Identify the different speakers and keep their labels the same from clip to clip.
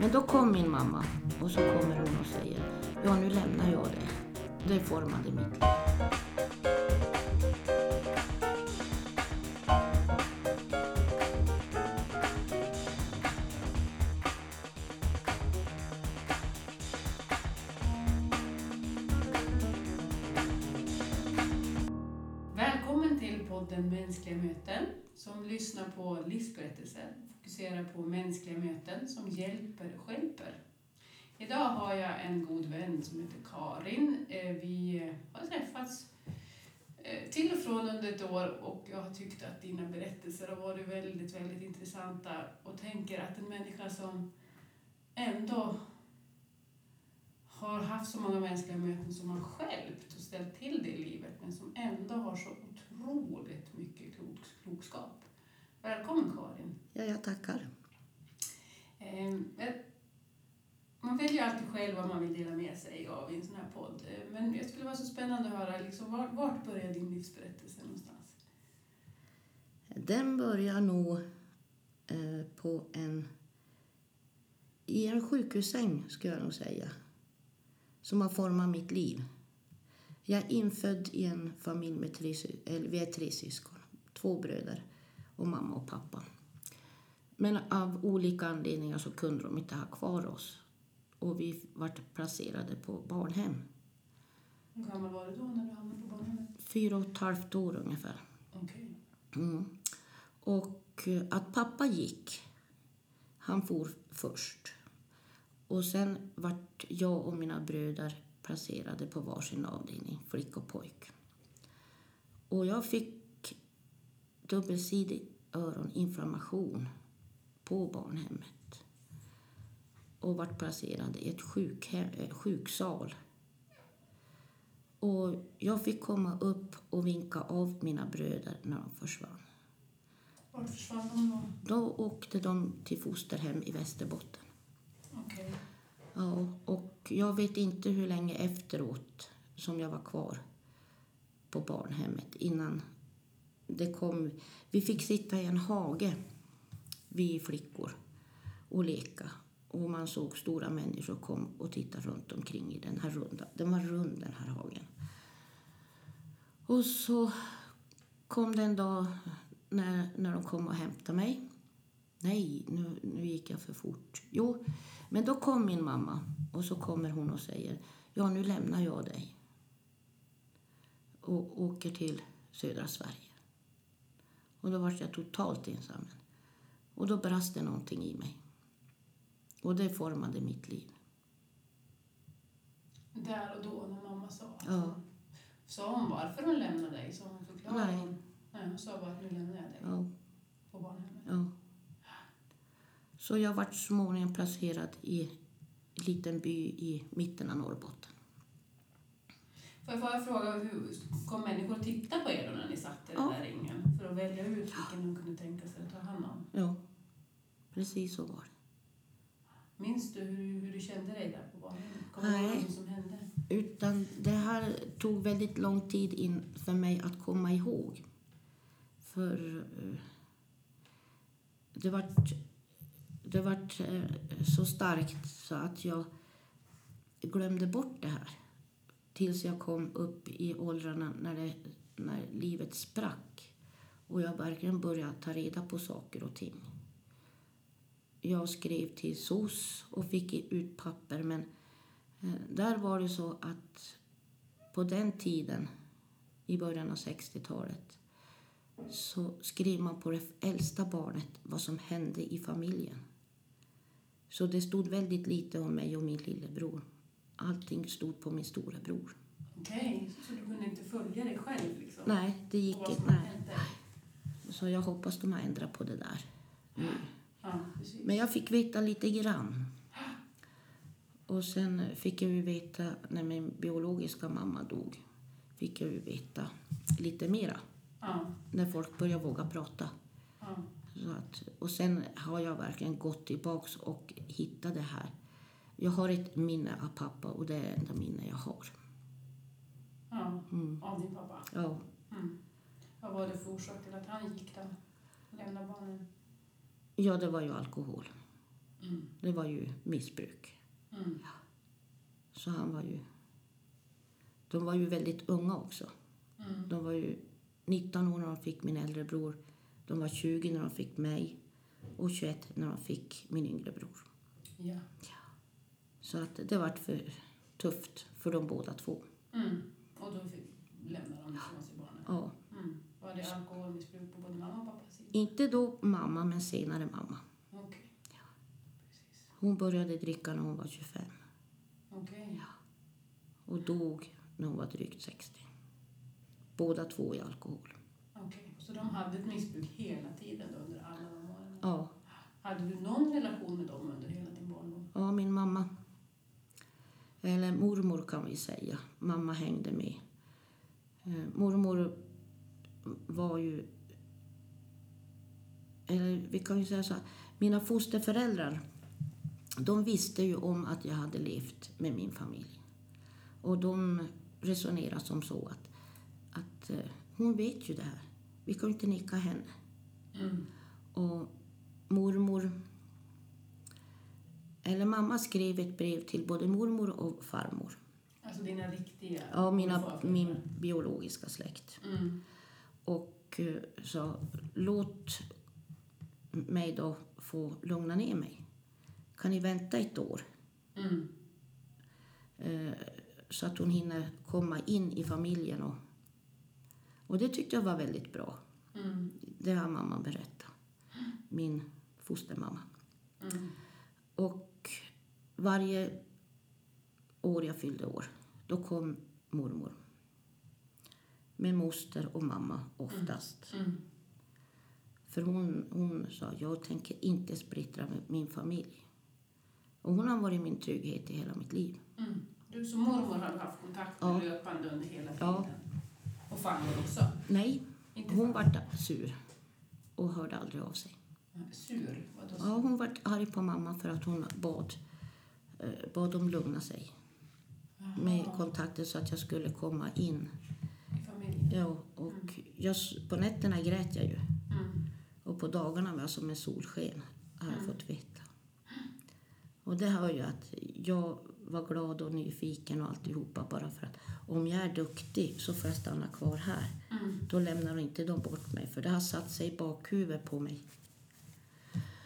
Speaker 1: Men då kom min mamma och så kommer hon och säger ja nu lämnar jag dig. Det formade mitt liv.
Speaker 2: Välkommen till podden Mänskliga möten som lyssnar på livsberättelser och fokuserar på mänskliga möten som hjälper och hjälper. Idag har jag en god vän som heter Karin. Eh, Vi har träffats eh, till och från under ett år och jag har tyckt att dina berättelser har varit väldigt, väldigt intressanta och tänker att en människa som ändå har haft så många mänskliga möten som har skälpt och ställt till det i livet men som ändå har så otroligt mycket klok, klokskap. Välkommen Karin!
Speaker 1: Ja, jag tackar.
Speaker 2: Ehm, jag- Man väljer alltid själv vad man vill dela med sig av i en sån här podd. Ehm, Men det skulle vara så spännande att höra, liksom, vart, vart börjar din livsberättelse någonstans?
Speaker 1: Den börjar nog eh, på en... I en sjukhussäng, skulle jag nog säga, som har format mitt liv. Jag är infödd i en familj med tre, sy- eller vi är tre syskon. Två bröder och mamma och pappa. Men av olika anledningar så kunde de inte ha kvar oss. Och vi vart placerade på barnhem.
Speaker 2: Hur gammal var du då när du hamnade på barnhemmet?
Speaker 1: Fyra och ett halvt år ungefär.
Speaker 2: Okej.
Speaker 1: Mm. Och eh, att pappa gick, han for först. Och sen vart jag och mina bröder placerade på varsin avdelning, flick och pojk. Och jag fick dubbelsidig öroninflammation på barnhemmet och vart placerad i ett sjukhem, eh, sjuksal. Och jag fick komma upp och vinka av mina bröder när de försvann.
Speaker 2: Vart försvann de då?
Speaker 1: Då åkte de till fosterhem i Västerbotten.
Speaker 2: Okej.
Speaker 1: Ja, och jag vet inte hur länge efteråt som jag var kvar på barnhemmet innan det kom. Vi fick sitta i en hage, vi flickor, och leka. Och man såg stora människor kom och tittade runt omkring i den här runda. Den var rund den här hagen. Och så kom det en dag när, när de kom och hämtade mig. Nej, nu, nu gick jag för fort. Jo, men då kom min mamma och så kommer hon och säger ja, nu lämnar jag dig och åker till södra Sverige. Och då var jag totalt ensam. Och då brast det någonting i mig. Och det formade mitt liv.
Speaker 2: Där och då när mamma sa att
Speaker 1: Ja.
Speaker 2: Sa hon varför hon lämnade dig? Sa hon förklarade
Speaker 1: Nej.
Speaker 2: hon? Nej, hon sa bara att nu lämnar jag dig
Speaker 1: Ja,
Speaker 2: på barnhemmet.
Speaker 1: ja. Så jag vart småningom placerad i en liten by i mitten av Norrbotten.
Speaker 2: Får jag bara fråga, hur kom människor att titta på er då när ni satt i den
Speaker 1: Ja.
Speaker 2: där ringen? För att välja ut vilken de kunde tänka sig att ta hand om.
Speaker 1: Ja, precis så var det.
Speaker 2: Minns du hur, hur du kände dig där på barnhemmet? Kommer
Speaker 1: Nej.
Speaker 2: du ihåg vad som hände?
Speaker 1: Utan det här tog väldigt lång tid in för mig att komma ihåg. För eh, det vart, det vart eh, så starkt så att jag glömde bort det här. Tills jag kom upp i åldrarna när, det, när livet sprack och jag verkligen började ta reda på saker och ting. Jag skrev till SOS och fick ut papper men Eh, Där var det så att på den tiden, i början av 60-talet, så skrev man på det äldsta barnet vad som hände i familjen. Så det stod väldigt lite om mig och min lillebror. Allting stod på min storebror.
Speaker 2: Okej, så du kunde inte följa dig själv liksom?
Speaker 1: Nej, det gick
Speaker 2: Och vad
Speaker 1: inte.
Speaker 2: som
Speaker 1: Nej.
Speaker 2: hände?
Speaker 1: Så jag hoppas de har ändrat på det där.
Speaker 2: Ja, precis.
Speaker 1: Men jag fick veta lite grann. Och sen fick jag ju veta, när min biologiska mamma dog, fick jag ju veta lite mera.
Speaker 2: Ja,
Speaker 1: När folk började våga prata.
Speaker 2: ja.
Speaker 1: Så att, och sen har jag verkligen gått tillbaks och hittat det här. Jag har ett minne av pappa och det är det enda minne jag har.
Speaker 2: ja.
Speaker 1: Mm.
Speaker 2: Av din pappa?
Speaker 1: Ja.
Speaker 2: Mm. Vad var det för orsak till att han gick där? Lämnade barnen?
Speaker 1: ja, det var ju alkohol.
Speaker 2: Mm.
Speaker 1: Det var ju missbruk.
Speaker 2: Mm.
Speaker 1: Så han var ju... De var ju väldigt unga också.
Speaker 2: Mm.
Speaker 1: De var ju 19 år när de fick min äldre bror. De var 20 när de fick mig och 21 när de fick min yngre bror.
Speaker 2: Ja.
Speaker 1: Så att det var för tufft för de båda två.
Speaker 2: Mm. Och då fick, lämnade de ifrån sig barnen.
Speaker 1: Ja.
Speaker 2: Mm. Var det alkoholmissbruk på både mamma och pappas sida?
Speaker 1: Inte då mamma, men senare mamma.
Speaker 2: Okej. Precis.
Speaker 1: Hon började dricka när hon var 25
Speaker 2: Okej.
Speaker 1: och dog när hon var drygt 60. Båda två i alkohol.
Speaker 2: Okej. Så de hade ett missbruk hela tiden då, under alla de åren?
Speaker 1: Ja,
Speaker 2: Hade du någon relation med dem under hela din barndom?
Speaker 1: ja min mamma. Eller mormor kan vi säga. Mamma hängde med. Eh, mormor var ju... Eller vi kan ju säga så här. Mina fosterföräldrar de visste ju om att jag hade levt med min familj. Och de resonerade som så att, att eh, hon vet ju det här. Vi kan ju inte nicka henne.
Speaker 2: Mm.
Speaker 1: Och mormor... Eller mamma skrev ett brev till både mormor och farmor.
Speaker 2: Alltså dina riktiga
Speaker 1: Ja, mina,
Speaker 2: farföräldrar.
Speaker 1: min biologiska släkt.
Speaker 2: Mm.
Speaker 1: Och eh, sa, låt mig då få lugna ner mig. Kan ni vänta ett år?
Speaker 2: Mm.
Speaker 1: Eh, Så att hon hinner komma in i familjen. Och, och det tyckte jag var väldigt bra.
Speaker 2: Mm.
Speaker 1: Det har mamma berättat. Min fostermamma.
Speaker 2: Mm.
Speaker 1: Och varje år jag fyllde år, då kom mormor. Med moster och mamma oftast.
Speaker 2: Mm.
Speaker 1: För hon, hon sa, jag tänker inte splittra med min familj. Och hon har varit min trygghet i hela mitt liv.
Speaker 2: Mm. Du som mormor har du haft kontakt med
Speaker 1: Ja.
Speaker 2: löpande under hela tiden?
Speaker 1: Ja.
Speaker 2: Och farmor också?
Speaker 1: Nej,
Speaker 2: Inte
Speaker 1: hon
Speaker 2: farmor.
Speaker 1: vart sur och hörde aldrig av sig.
Speaker 2: Sur? Vadå?
Speaker 1: Ja, hon vart arg på mamma för att hon bad, eh, bad dem lugna sig
Speaker 2: Jaha,
Speaker 1: med kontakter så att jag skulle komma in.
Speaker 2: I familjen?
Speaker 1: Ja, och jag, s- på nätterna grät jag ju.
Speaker 2: Mm.
Speaker 1: Och på dagarna var jag som en solsken, har jag
Speaker 2: Mm.
Speaker 1: fått veta. Och det hör ju att jag var glad och nyfiken och alltihopa bara för att om jag är duktig så får jag stanna kvar här.
Speaker 2: Mm.
Speaker 1: Då lämnar inte de bort mig för det har satt sig i bakhuvudet på mig.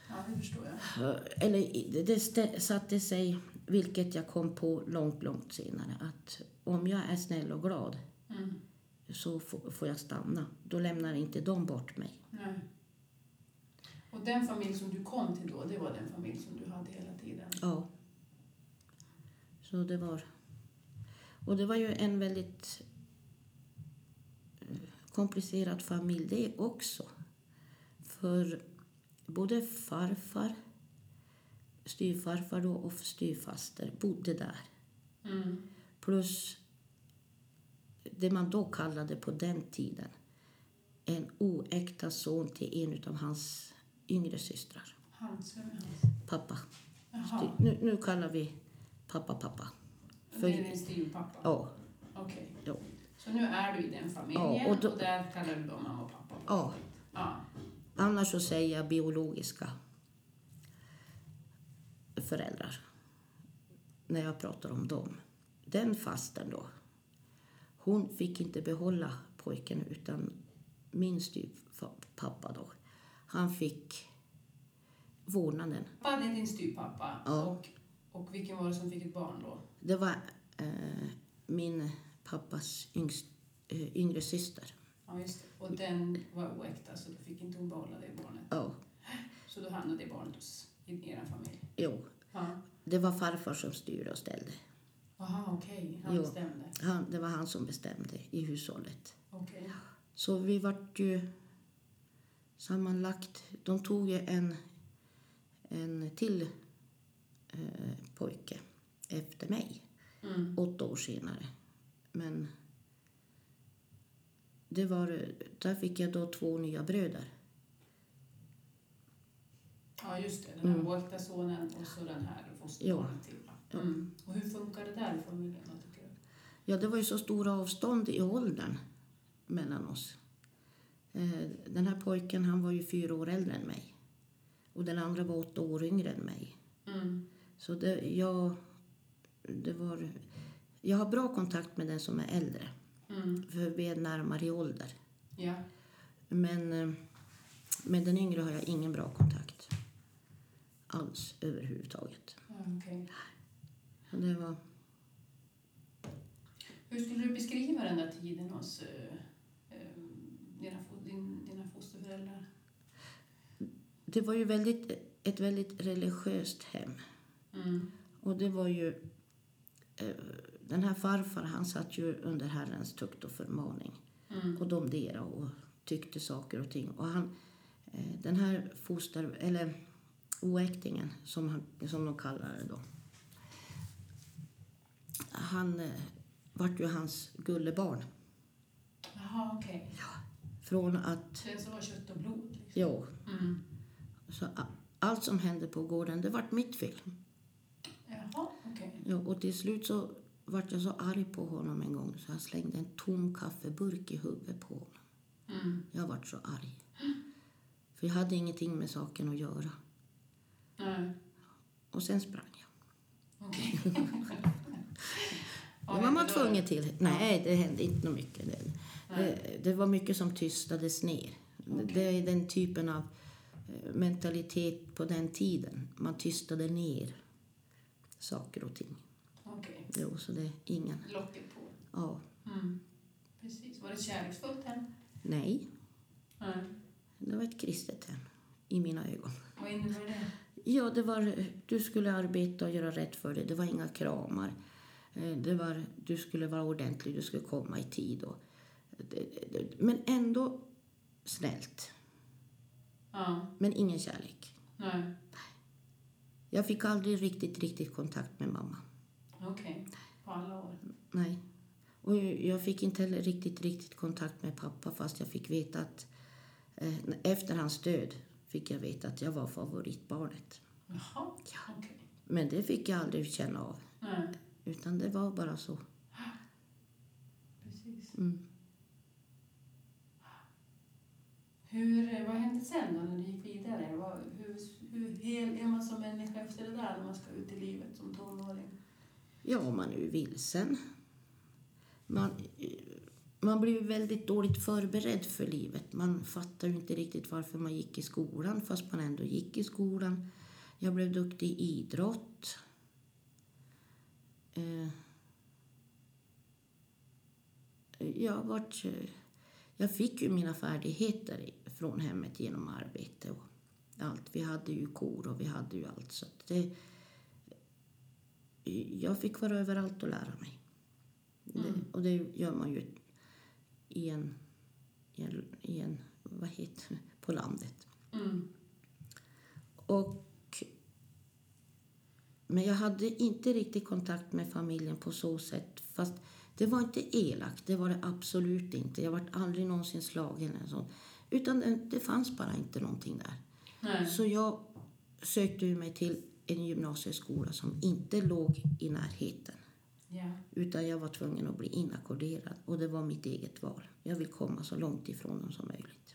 Speaker 2: Ja, det förstår jag.
Speaker 1: Eller i- det- det stä- satte sig, vilket jag kom på långt, långt senare, att om jag är snäll och glad
Speaker 2: Mm.
Speaker 1: så f- får jag stanna. Då lämnar inte de bort mig.
Speaker 2: Nej. Och den familj som du kom till då, det var den familj som du hade hela tiden?
Speaker 1: Ja. Så det var... Och det var ju en väldigt eh, komplicerad familj det också. För både farfar, styvfarfar då och styvfaster bodde där.
Speaker 2: Mm.
Speaker 1: Plus det man då kallade på den tiden en oäkta son till en av hans yngre systrar.
Speaker 2: Hans, vem är hans?
Speaker 1: Pappa.
Speaker 2: Jaha,
Speaker 1: Nu, nu kallar vi pappa pappa. för-
Speaker 2: det är din styvpappa?
Speaker 1: Ja,
Speaker 2: Okej.
Speaker 1: Ja.
Speaker 2: Så nu är du i den familjen
Speaker 1: Ja, och
Speaker 2: och,
Speaker 1: då-
Speaker 2: där kallar du dem mamma och pappa?
Speaker 1: ja.
Speaker 2: Ja.
Speaker 1: Annars så säger jag biologiska föräldrar. När jag pratar om dem. Den fasten då. Hon fick inte behålla pojken utan min styvpappa då. Han fick vårdnaden.
Speaker 2: Pappa, det är din styvpappa.
Speaker 1: Ja.
Speaker 2: Och, och vilken var det som fick ett barn då?
Speaker 1: Det var eh, min pappas yngst, eh, yngre syster.
Speaker 2: Ja, just det. Och den var oäkta så då fick inte hon behålla det barnet.
Speaker 1: Ja,
Speaker 2: Så då hamnade det barnet hos i er familj?
Speaker 1: jo.
Speaker 2: Ja.
Speaker 1: Det var farfar som styrde och ställde.
Speaker 2: Aha, okej. Han
Speaker 1: Jo.
Speaker 2: bestämde.
Speaker 1: Han, det var han som bestämde i hushållet.
Speaker 2: Okej.
Speaker 1: Så vi vart ju sammanlagt... De tog ju en, en till eh, pojke efter mig,
Speaker 2: Mm.
Speaker 1: åtta år senare. Men det var, där fick jag då två nya bröder.
Speaker 2: Ja, just det. Den här
Speaker 1: Mm.
Speaker 2: oäkta sonen och så den här fosterbarnet till. va?
Speaker 1: Ja.
Speaker 2: Mm. Och hur funkar det där i familjen då, tycker du?
Speaker 1: Ja, det var ju så stora avstånd i åldern mellan oss. Eh, Den här pojken han var ju fyra år äldre än mig. Och den andra var åtta år yngre än mig.
Speaker 2: Mm.
Speaker 1: Så det, jag, det var, jag har bra kontakt med den som är äldre,
Speaker 2: Mm.
Speaker 1: för vi är närmare i ålder.
Speaker 2: Ja.
Speaker 1: Men eh, med den yngre har jag ingen bra kontakt alls överhuvudtaget.
Speaker 2: Ja, okej.
Speaker 1: Så Det var,
Speaker 2: Hur skulle du beskriva den där tiden hos eh, eh, dina, fo- din, dina fosterföräldrar?
Speaker 1: det var ju väldigt, ett väldigt religiöst hem.
Speaker 2: Mm.
Speaker 1: Och det var ju... eh, Den här farfar han satt ju under Herrens tukt och förmaning
Speaker 2: Mm.
Speaker 1: och domdera och tyckte saker och ting. Och han, eh, den här foster... eller oäktingen, som, han, som de kallar det då. Han eh, vart ju hans gullebarn.
Speaker 2: Jaha, okej.
Speaker 1: Från att...
Speaker 2: Den som var kött och blod? Liksom.
Speaker 1: Jo,
Speaker 2: Mm.
Speaker 1: så a- allt som hände på gården, det vart mitt fel.
Speaker 2: Jaha, okej.
Speaker 1: Ja, och till slut så vart jag så arg på honom en gång så jag slängde en tom kaffeburk i huvudet på honom.
Speaker 2: Mm.
Speaker 1: Jag vart så arg. För jag hade ingenting med saken att göra.
Speaker 2: Nej,
Speaker 1: Och sen sprang jag.
Speaker 2: okej.
Speaker 1: Nu var man tvungen till. Nej, det hände inte något mycket. Det,
Speaker 2: Nej.
Speaker 1: det, det var mycket som tystades ner. Det- Det är den typen av eh, mentalitet på den tiden. Man tystade ner saker och ting.
Speaker 2: Okej.
Speaker 1: Jo, så det är ingen...
Speaker 2: Locket på.
Speaker 1: Ja.
Speaker 2: Mm. Precis. Var det kärleksfullt hem?
Speaker 1: Nej,
Speaker 2: Nej.
Speaker 1: det var ett kristet hem i mina ögon.
Speaker 2: Vad innebär det?
Speaker 1: Ja, det var, du skulle arbeta och göra rätt för dig. Det var inga kramar. Eh, Det var, du skulle vara ordentlig, du skulle komma i tid. Och, det- det- men ändå snällt.
Speaker 2: Ja.
Speaker 1: Men ingen kärlek.
Speaker 2: Nej.
Speaker 1: Jag fick aldrig riktigt, riktigt kontakt med mamma.
Speaker 2: Okej. På alla år.
Speaker 1: Nej. Och jag fick inte heller riktigt, riktigt kontakt med pappa fast jag fick veta att eh, efter hans död fick jag veta att jag var favoritbarnet.
Speaker 2: Jaha. Okej.
Speaker 1: Men det fick jag aldrig känna av.
Speaker 2: Nej.
Speaker 1: Utan det var bara så.
Speaker 2: Precis.
Speaker 1: Mm.
Speaker 2: Hur, vad hände sen då när du gick vidare? Vad, hur, hur hel är man som människa efter det där när man ska ut i livet som tonåring?
Speaker 1: Ja, man är ju vilsen. Man, man blir ju väldigt dåligt förberedd för livet. Man fattar ju inte riktigt varför man gick i skolan fast man ändå gick i skolan. Jag blev duktig i idrott. Eh, Jag, vart, eh, jag fick ju mina färdigheter från hemmet genom arbete och allt. Vi hade ju kor och vi hade ju allt. Så att det, jag fick vara överallt och lära mig.
Speaker 2: Mm.
Speaker 1: Det, och det gör man ju i en, i en, i en vad heter det, på landet.
Speaker 2: Mm.
Speaker 1: Och, men jag hade inte riktigt kontakt med familjen på så sätt. Fast det var inte elakt, det var det absolut inte. Jag vart aldrig någonsin slagen eller sånt. Utan det, det fanns bara inte någonting där.
Speaker 2: Nej.
Speaker 1: Så jag sökte ju mig till en gymnasieskola som inte låg i närheten.
Speaker 2: Ja.
Speaker 1: Utan jag var tvungen att bli inackorderad och det var mitt eget val. Jag vill komma så långt ifrån dem som möjligt.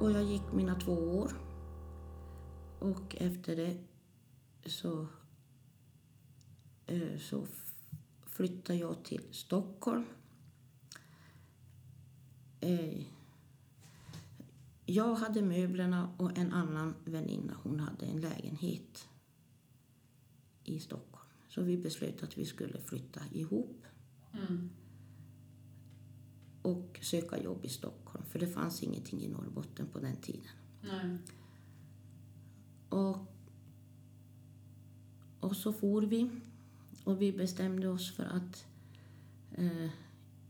Speaker 1: Och jag gick mina två år. Och efter det så, eh, så f- flyttade jag till Stockholm. Eh, jag hade möblerna och en annan väninna hon hade en lägenhet i Stockholm. Så vi beslöt att vi skulle flytta ihop
Speaker 2: Mm.
Speaker 1: och söka jobb i Stockholm för det fanns ingenting i Norrbotten på den tiden.
Speaker 2: Nej.
Speaker 1: Och, och så for vi och vi bestämde oss för att eh,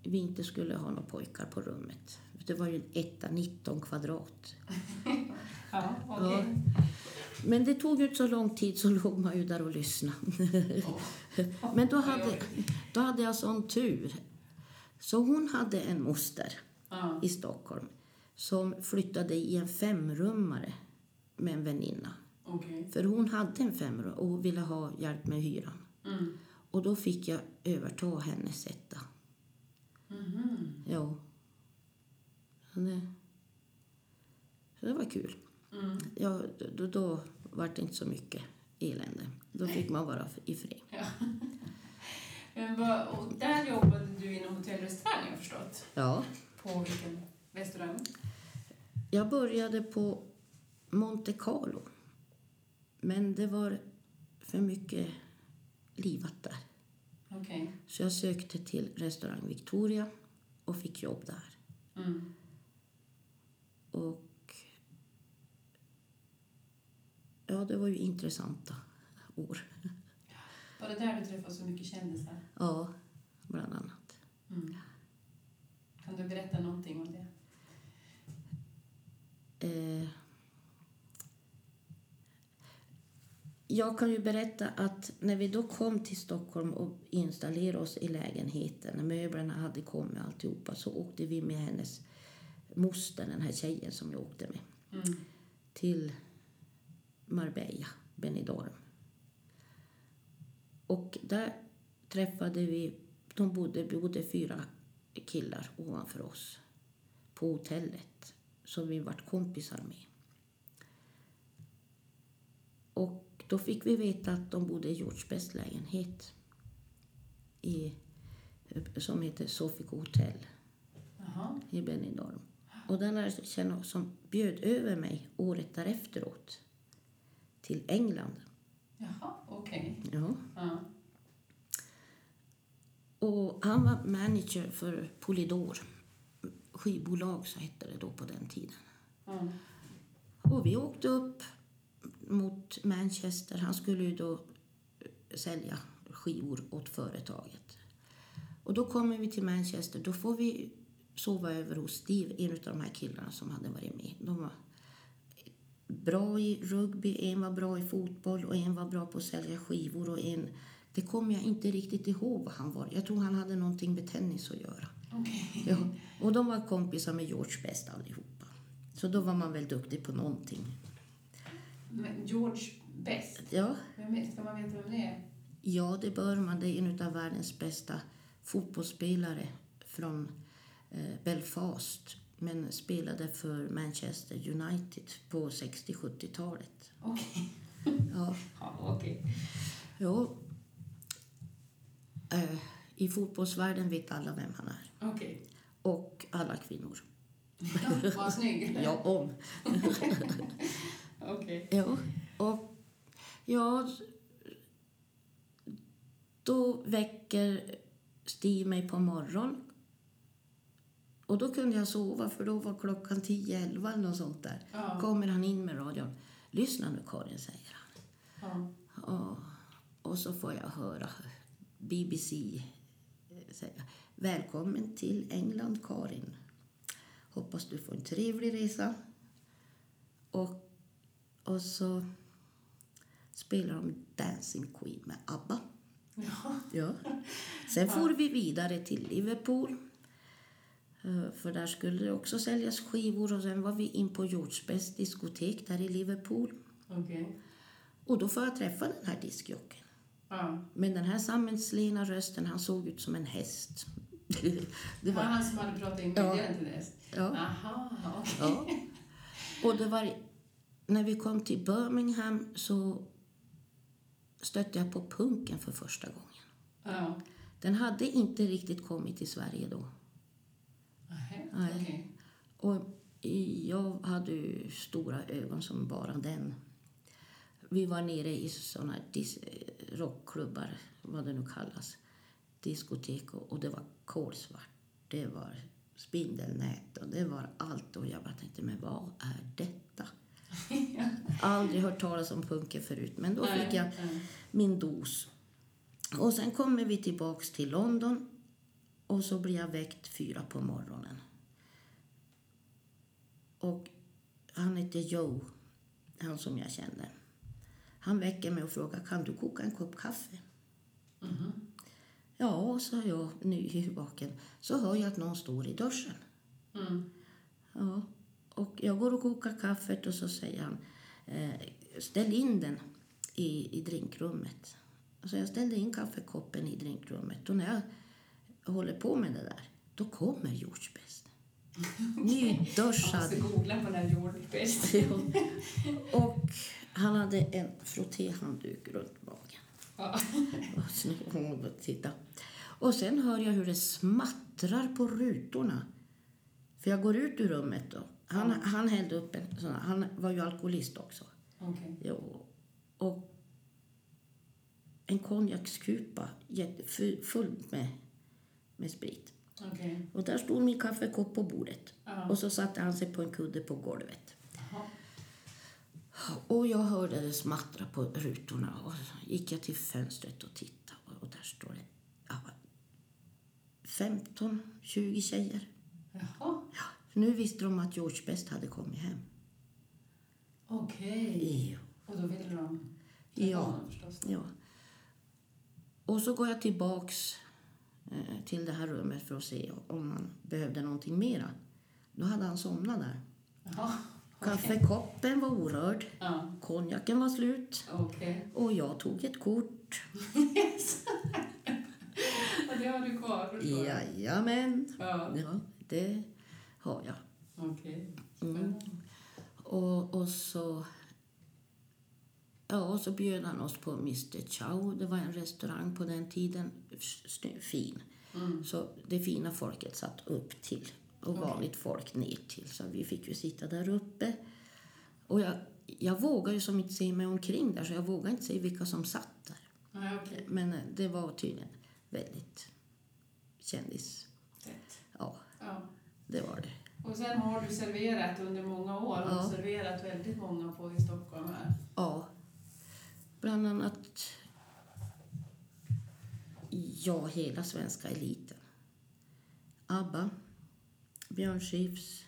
Speaker 1: vi inte skulle ha några pojkar på rummet. Det var ju en etta, 19 kvadrat.
Speaker 2: Ja, okej.
Speaker 1: Men det tog ju inte så lång tid så låg man ju där och lyssnade. Men då hade, då hade jag sån tur. Så hon hade en moster
Speaker 2: Ja.
Speaker 1: i Stockholm som flyttade i en femrummare med en väninna.
Speaker 2: Okej.
Speaker 1: För hon hade en femrummare och hon ville ha hjälp med hyran.
Speaker 2: Mm.
Speaker 1: Och då fick
Speaker 2: Mm-hmm.
Speaker 1: jag överta hennes etta.
Speaker 2: Mhm.
Speaker 1: Ja. eh, Så det var kul.
Speaker 2: Mm.
Speaker 1: Ja, då, då var det inte så mycket elände. Då fick man vara i fred.
Speaker 2: Men vad, och där jobbade du inom hotell och restaurang, har jag förstått.
Speaker 1: Ja.
Speaker 2: På vilken restaurang?
Speaker 1: Jag började på Monte Carlo. Men det var för mycket livat där.
Speaker 2: Okej.
Speaker 1: Så jag sökte till restaurang Victoria och fick jobb där.
Speaker 2: Mm.
Speaker 1: Och ja, det var ju intressanta år.
Speaker 2: Var det där du träffade så mycket kändisar?
Speaker 1: Ja, bland annat.
Speaker 2: Mm. Kan du berätta någonting om det?
Speaker 1: Eh, jag kan ju berätta att när vi då kom till Stockholm och installerade oss i lägenheten, när möblerna hade kommit och alltihopa, så åkte vi med hennes moster, den här tjejen som jag åkte med,
Speaker 2: Mm.
Speaker 1: till Marbella, Benidorm. Och där träffade vi, de bodde, bodde fyra killar ovanför oss på hotellet som vi vart kompisar med. Och då fick vi veta att de bodde i George Best lägenhet i, som heter Sofico Hotel
Speaker 2: Jaha.
Speaker 1: i Benidorm. Och den lärde känna som bjöd över mig året därefteråt till England.
Speaker 2: Jaha, okej.
Speaker 1: Ja.
Speaker 2: Ja.
Speaker 1: Och han var manager för Polydor, skivbolag så hette det då på den tiden.
Speaker 2: Ja.
Speaker 1: Och vi åkte upp mot Manchester. Han skulle ju då sälja skivor åt företaget. Och då kommer vi till Manchester. Då får vi sova över hos Steve, en av de här killarna som hade varit med. De var bra i rugby, en var bra i fotboll och en var bra på att sälja skivor och en... Det kommer jag inte riktigt ihåg vad han var. Jag tror han hade någonting med tennis att göra.
Speaker 2: Okej.
Speaker 1: Ja, och de var kompisar med George bäst allihopa. Så då var man väl duktig på någonting.
Speaker 2: Men George Best,
Speaker 1: Ja,
Speaker 2: vem är, ska man veta vem det är?
Speaker 1: ja det bör man. Det är en av världens bästa fotbollsspelare från eh, Belfast men spelade för Manchester United på 60-70-talet.
Speaker 2: Okej.
Speaker 1: Ja,
Speaker 2: Ja, okej.
Speaker 1: ja. Eh, I fotbollsvärlden vet alla vem han är.
Speaker 2: Okej.
Speaker 1: Och alla kvinnor.
Speaker 2: Ja, Vad snygg.
Speaker 1: Ja, om.
Speaker 2: Okej.
Speaker 1: Ja, och ja, då väcker Steve mig på morgonen. Och då kunde jag sova för då var klockan 10-11 eller något sånt där.
Speaker 2: Ja.
Speaker 1: Kommer han in med radion. Lyssna nu Karin, säger han.
Speaker 2: Ja.
Speaker 1: Ja, och så får jag höra BBC eh, säga Välkommen till England, Karin. Hoppas du får en trevlig resa. Och, och så spelar de Dancing Queen med ABBA.
Speaker 2: Ja.
Speaker 1: Ja. Sen for vi vidare till Liverpool. Eh, För där skulle det också säljas skivor och sen var vi in på George Best diskotek där i Liverpool.
Speaker 2: Okej.
Speaker 1: Och då får jag träffa den här diskjocken.
Speaker 2: Ja.
Speaker 1: Men den här sammetslena rösten, han såg ut som en häst. det
Speaker 2: Det
Speaker 1: var,
Speaker 2: var han som hade pratat inbjudaren till det.
Speaker 1: ja,
Speaker 2: Aha, okej.
Speaker 1: ja. Och det var, när vi kom till Birmingham så stötte jag på punken för första gången.
Speaker 2: Ja.
Speaker 1: Den hade inte riktigt kommit till Sverige då.
Speaker 2: Nähä,
Speaker 1: Nej.
Speaker 2: Okej.
Speaker 1: Och jag hade ju stora ögon som bara den. Vi var nere i såna dis- rockklubbar, vad det nu kallas, diskotek och och det var kolsvart. Det var spindelnät och det var allt. Och jag bara tänkte, men vad är detta? Aldrig hört talas om punken förut, men då
Speaker 2: Nej,
Speaker 1: fick jag
Speaker 2: nej.
Speaker 1: min dos. Och sen kommer vi tillbaks till London och så blir jag väckt fyra på morgonen. Och han heter Joe, han som jag känner. Han väcker mig och frågar kan du koka en kopp kaffe.
Speaker 2: Mhm.
Speaker 1: Ja, sa jag nyvaken. Så hör jag att någon står i duschen.
Speaker 2: Mm.
Speaker 1: Ja. Och jag går och kokar kaffet och så säger han eh, ställ in den i, i drinkrummet. Så jag ställde in kaffekoppen i drinkrummet och när jag håller på med det där då kommer George Best.
Speaker 2: Jag måste
Speaker 1: Nyduschad.
Speaker 2: googla på den här jordbäst.
Speaker 1: Ja. Och han hade en frottéhandduk runt magen.
Speaker 2: Ja.
Speaker 1: Och så kom hon och tittade. Och sen hör jag hur det smattrar på rutorna. För jag går ut ur rummet då. Han, han hällde upp en sån här. Han var ju alkoholist också.
Speaker 2: Okej.
Speaker 1: Jo. Och en konjakskupa jätte- fu- full med, med sprit.
Speaker 2: Okej.
Speaker 1: Och där stod min kaffekopp på bordet.
Speaker 2: Ja.
Speaker 1: Och så satte han sig på en kudde på golvet.
Speaker 2: Jaha.
Speaker 1: Och jag hörde det smattra på rutorna och så gick jag till fönstret och tittade och- och där står det ja, 15-20 tjejer.
Speaker 2: Jaha.
Speaker 1: Ja, för nu visste de att George Best hade kommit hem.
Speaker 2: Okej.
Speaker 1: Jo.
Speaker 2: Och då ville de
Speaker 1: Ja.
Speaker 2: honom förstås.
Speaker 1: Ja. Och så går jag tillbaks eh, till det här rummet för att se om han behövde någonting mera. Då hade han somnat där.
Speaker 2: Jaha.
Speaker 1: Kaffekoppen var orörd,
Speaker 2: Ja.
Speaker 1: konjaken var slut
Speaker 2: Okej.
Speaker 1: och jag tog ett kort.
Speaker 2: Och det har du kvar? förstår jag.
Speaker 1: Jajamän.
Speaker 2: Ja.
Speaker 1: Ja, det har jag.
Speaker 2: Okej.
Speaker 1: Mm. Och, och så... Ja, och så bjöd han oss på Mr Chow. Det var en restaurang på den tiden. Sny- Fin.
Speaker 2: Mm.
Speaker 1: Så det fina folket satt upp till och
Speaker 2: Okej.
Speaker 1: vanligt folk ner till. Så vi fick ju sitta där uppe. Och jag, jag vågade ju som inte se mig omkring där så jag vågade inte se vilka som satt där.
Speaker 2: Nej, okej.
Speaker 1: Men eh, det var tydligen väldigt kändis.
Speaker 2: Rätt.
Speaker 1: Ja,
Speaker 2: Ja.
Speaker 1: det var det.
Speaker 2: Och sen har du serverat under många år. Har
Speaker 1: Ja.
Speaker 2: du serverat väldigt många på i Stockholm här.
Speaker 1: Ja. Bland annat... Ja, hela svenska eliten. ABBA, Björn Skifs,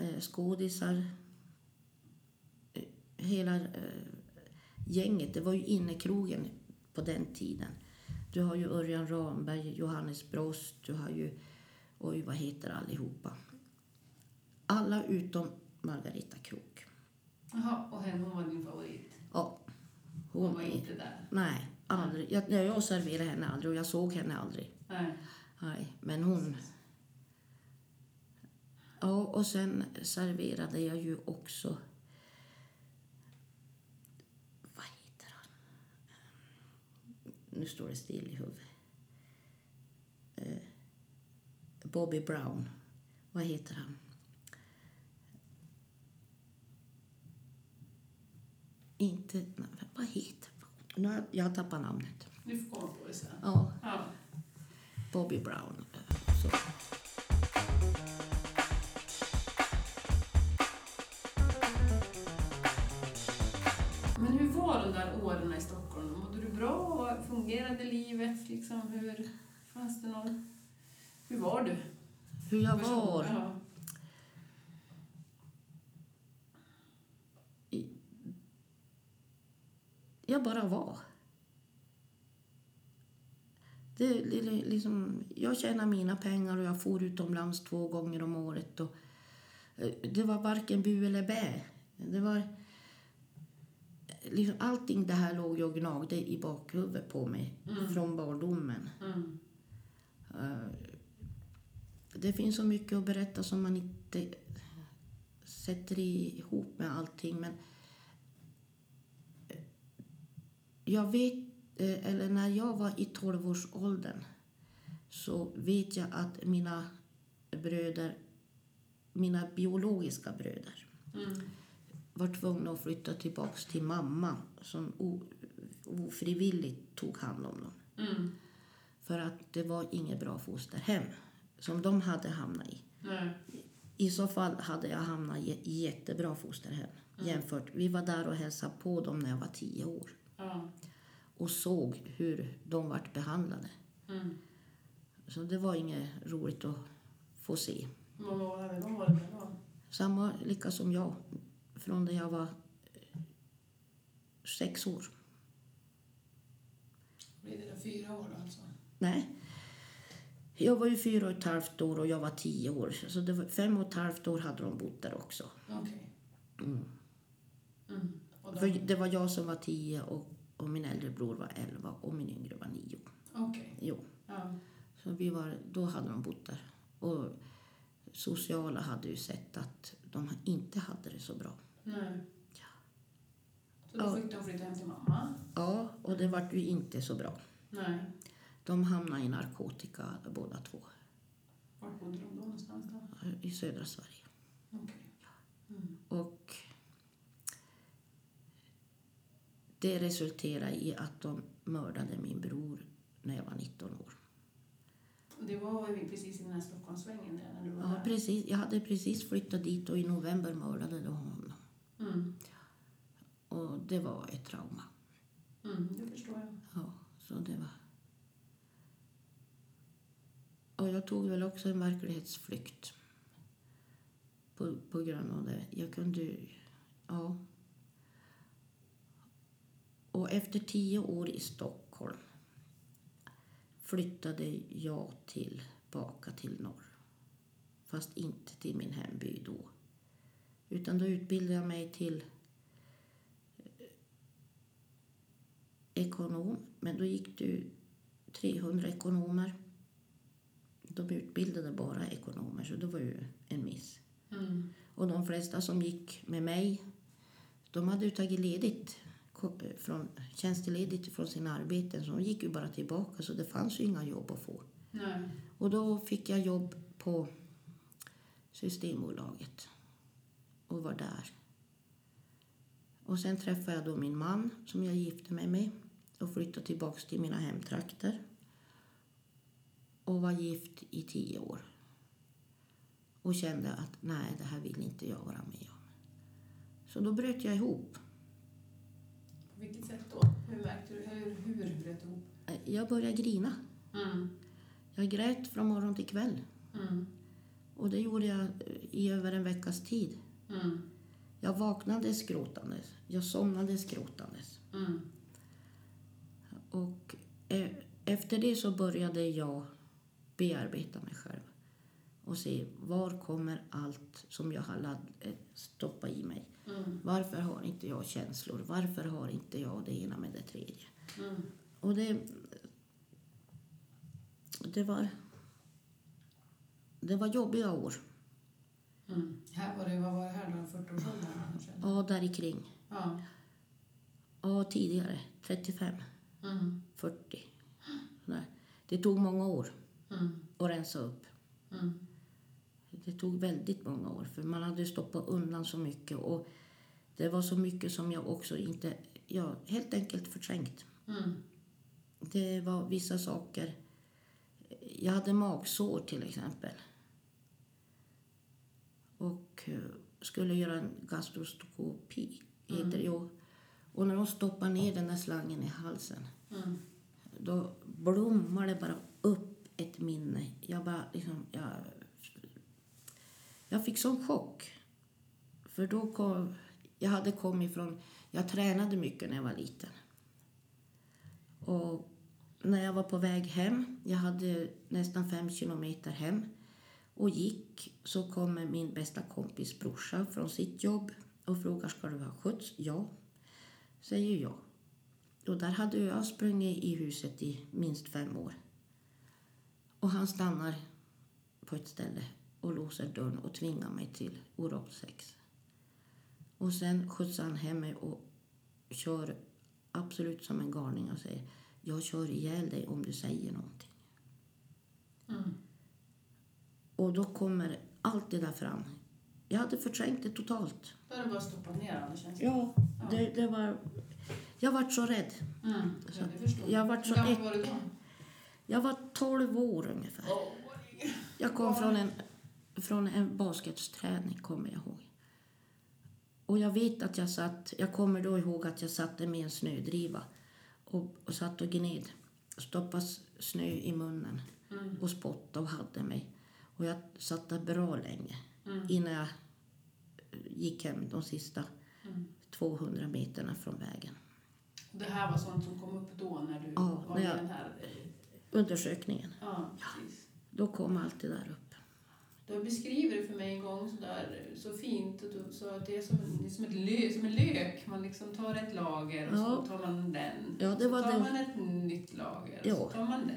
Speaker 1: eh, skådisar. eh, Hela eh, gänget. Det var ju innekrogen på den tiden. Du har ju Örjan Ramberg, Johannes Brost, du har ju... Oj, vad heter allihopa? Alla utom Margareta Krook.
Speaker 2: Jaha, och henne, hon var din favorit.
Speaker 1: Ja.
Speaker 2: Hon
Speaker 1: Hon
Speaker 2: var inte där.
Speaker 1: Nej, aldrig. Jag, nej, jag serverade henne aldrig och jag såg henne aldrig.
Speaker 2: Nej.
Speaker 1: Nej, men hon... Ja, och sen serverade jag ju också... Vad heter han? Nu står det still i huvudet. Eh, Bobby Brown. Vad heter han? Inte... nej, Vad heter han? Nu har jag- Jag har tappat namnet.
Speaker 2: Nu får komma på det sen.
Speaker 1: Ja.
Speaker 2: Ja.
Speaker 1: Bobby Brown. Så.
Speaker 2: Men hur var de där åren i Stockholm? Mådde du bra? Fungerade livet? Liksom, hur fanns det någon... Hur var du?
Speaker 1: Hur jag
Speaker 2: Person-
Speaker 1: var?
Speaker 2: Ja.
Speaker 1: Jag bara var. Det, det, det- liksom, jag tjänade mina pengar och jag for utomlands två gånger om året. Och, eh, det var varken bu eller bä. Det var, liksom, allting det här låg jag och gnagde i bakhuvudet på mig
Speaker 2: Mm.
Speaker 1: från barndomen.
Speaker 2: Mm.
Speaker 1: Eh, Det finns så mycket att berätta som man inte sätter ihop med allting. Men jag vet, eh, eller när jag var i 12-årsåldern så vet jag att mina bröder, mina biologiska bröder
Speaker 2: Mm.
Speaker 1: var tvungna att flytta tillbaks till mamma som o- ofrivilligt tog hand om dem.
Speaker 2: Mm.
Speaker 1: För att det var inget bra fosterhem som de hade hamnat i.
Speaker 2: Nej.
Speaker 1: I så fall hade jag hamnat i i jättebra fosterhem. Jämfört, vi var där och hälsade på dem när jag var tio år
Speaker 2: Ja.
Speaker 1: och såg hur de vart behandlade.
Speaker 2: Mm.
Speaker 1: Så det var inget roligt att få se.
Speaker 2: Hur många år hade de varit där då?
Speaker 1: Samma lika som jag, från det jag var eh, sex år.
Speaker 2: Blir det där fyra år då alltså?
Speaker 1: Nej. Jag var ju fyra och ett halvt år och jag var tio år. Så det var fem och ett halvt år hade de bott där också.
Speaker 2: Okej.
Speaker 1: Mm.
Speaker 2: Mm. Och då-
Speaker 1: För det var jag som var 10 och, och min äldre bror var 11 och min yngre var 9.
Speaker 2: Okej.
Speaker 1: Jo.
Speaker 2: Ja.
Speaker 1: Så vi var, då hade de bott där. Och sociala hade ju sett att de inte hade det så bra.
Speaker 2: Nej. Så då
Speaker 1: Ja.
Speaker 2: fick de flytta hem till mamma?
Speaker 1: Ja, och det var ju inte så bra.
Speaker 2: Nej.
Speaker 1: De hamnade i narkotika båda två
Speaker 2: Var bodde de då någonstans då?
Speaker 1: i södra Sverige.
Speaker 2: Okej. Mm.
Speaker 1: Och det resulterade i att de mördade min bror när jag var 19 år.
Speaker 2: Det var ju precis i den här Stockholmssvängen där när du var
Speaker 1: Ja,
Speaker 2: där?
Speaker 1: precis. Jag hade precis flyttat dit och i november mördade de honom.
Speaker 2: Mm.
Speaker 1: Och det var ett trauma.
Speaker 2: Mm, det förstår jag.
Speaker 1: Ja, så det var... Och jag tog väl också en verklighetsflykt på, på grund av det. Jag kunde ju- Ja. Och efter tio år i Stockholm flyttade jag tillbaka till norr. Fast inte till min hemby då. Utan då utbildade jag mig till ekonom, men då gick du 300 ekonomer. De utbildade bara ekonomer, så det var ju en miss.
Speaker 2: Mm.
Speaker 1: Och de flesta som gick med mig, de hade ju tagit ledigt ko- eh, från, tjänstledigt från sina arbeten, så de gick ju bara tillbaka, så det fanns ju inga jobb att få.
Speaker 2: Nej.
Speaker 1: Och då fick jag jobb på Systembolaget och var där. Och sen träffade jag då min man som jag gifte mig med och flyttade tillbaks till mina hemtrakter. Och var gift i tio år. Och kände att nej, det här vill inte jag vara med om. Så då bröt jag ihop.
Speaker 2: På vilket sätt då? Hur märkte du? Hur, hur bröt du ihop?
Speaker 1: Eh, Jag började grina.
Speaker 2: Mm.
Speaker 1: Jag grät från morgon till kväll.
Speaker 2: Mm.
Speaker 1: Och det gjorde jag eh, i över en veckas tid.
Speaker 2: Mm.
Speaker 1: Jag vaknade gråtandes. Jag somnade gråtandes.
Speaker 2: Mm.
Speaker 1: Och eh, efter det så började jag bearbeta mig själv och se var kommer allt som jag har ladd, eh, stoppat i mig.
Speaker 2: Mm.
Speaker 1: Varför har inte jag känslor? Varför har inte jag det ena med det tredje?
Speaker 2: Mm.
Speaker 1: Och det... Det var... Det var jobbiga år.
Speaker 2: Mm. Här var det, vad var det här då? 40-årsåldern kanske?
Speaker 1: Ja, där i kring.
Speaker 2: Ja.
Speaker 1: Ja, tidigare. 35,
Speaker 2: Mm.
Speaker 1: 40. Sådär. Det tog många år.
Speaker 2: Mm.
Speaker 1: och rensa upp.
Speaker 2: Mm.
Speaker 1: Det tog väldigt många år för man hade stoppat undan så mycket och det var så mycket som jag också inte, jag helt enkelt förträngt.
Speaker 2: Mm.
Speaker 1: Det var vissa saker, jag hade magsår till exempel. Och eh, skulle göra en gastroskopi, heter
Speaker 2: Mm.
Speaker 1: det ju. Och när de stoppar ner den där slangen i halsen
Speaker 2: Mm.
Speaker 1: då blommar det bara upp ett minne. Jag bara liksom, jag, jag fick sån chock. För då kom, jag hade kommit från, jag tränade mycket när jag var liten. Och när jag var på väg hem, jag hade nästan fem kilometer hem och gick så kommer min bästa kompis brorsa från sitt jobb och frågar ska du ha skjuts? Ja, säger jag. Och där hade jag sprungit i huset i minst fem år. Och han stannar på ett ställe och låser dörren och tvingar mig till oral sex. Och sen skjutsar han hem mig och kör absolut som en galning och säger jag kör ihjäl dig om du säger någonting.
Speaker 2: Mm.
Speaker 1: Och då kommer allt det där fram. Jag hade förträngt det totalt.
Speaker 2: Då har du bara stoppat ner alla känslor.
Speaker 1: Ja, det, det var... Jag vart så rädd.
Speaker 2: Mm. Ja, det förstår
Speaker 1: Jag vart så
Speaker 2: Hur gammal var du då?
Speaker 1: Jag var 12 år ungefär.
Speaker 2: Åh,
Speaker 1: Jag kom från en, från en basketträning, kommer jag ihåg. Och jag vet att jag satt, jag kommer då ihåg att jag satte med en snödriva och, och satt och gned. Stoppade s- snö i munnen
Speaker 2: Mm.
Speaker 1: och spottade och hade mig. Och jag satt där bra länge
Speaker 2: Mm.
Speaker 1: innan jag gick hem de sista
Speaker 2: Mm.
Speaker 1: 200 meterna från vägen.
Speaker 2: Det här var sånt som kom upp då när du
Speaker 1: Ja,
Speaker 2: var
Speaker 1: när
Speaker 2: med
Speaker 1: jag-
Speaker 2: den här...
Speaker 1: Undersökningen,
Speaker 2: Ja, precis.
Speaker 1: då kom allt det där upp.
Speaker 2: Du beskriver det för mig en gång så, där, så fint. Och du sa att det är som, det är som, ett lö, som en lök. Man liksom tar ett lager och
Speaker 1: Ja.
Speaker 2: så tar man den.
Speaker 1: Ja, det var
Speaker 2: så tar
Speaker 1: det.
Speaker 2: man ett nytt lager och
Speaker 1: Ja.
Speaker 2: så tar man den.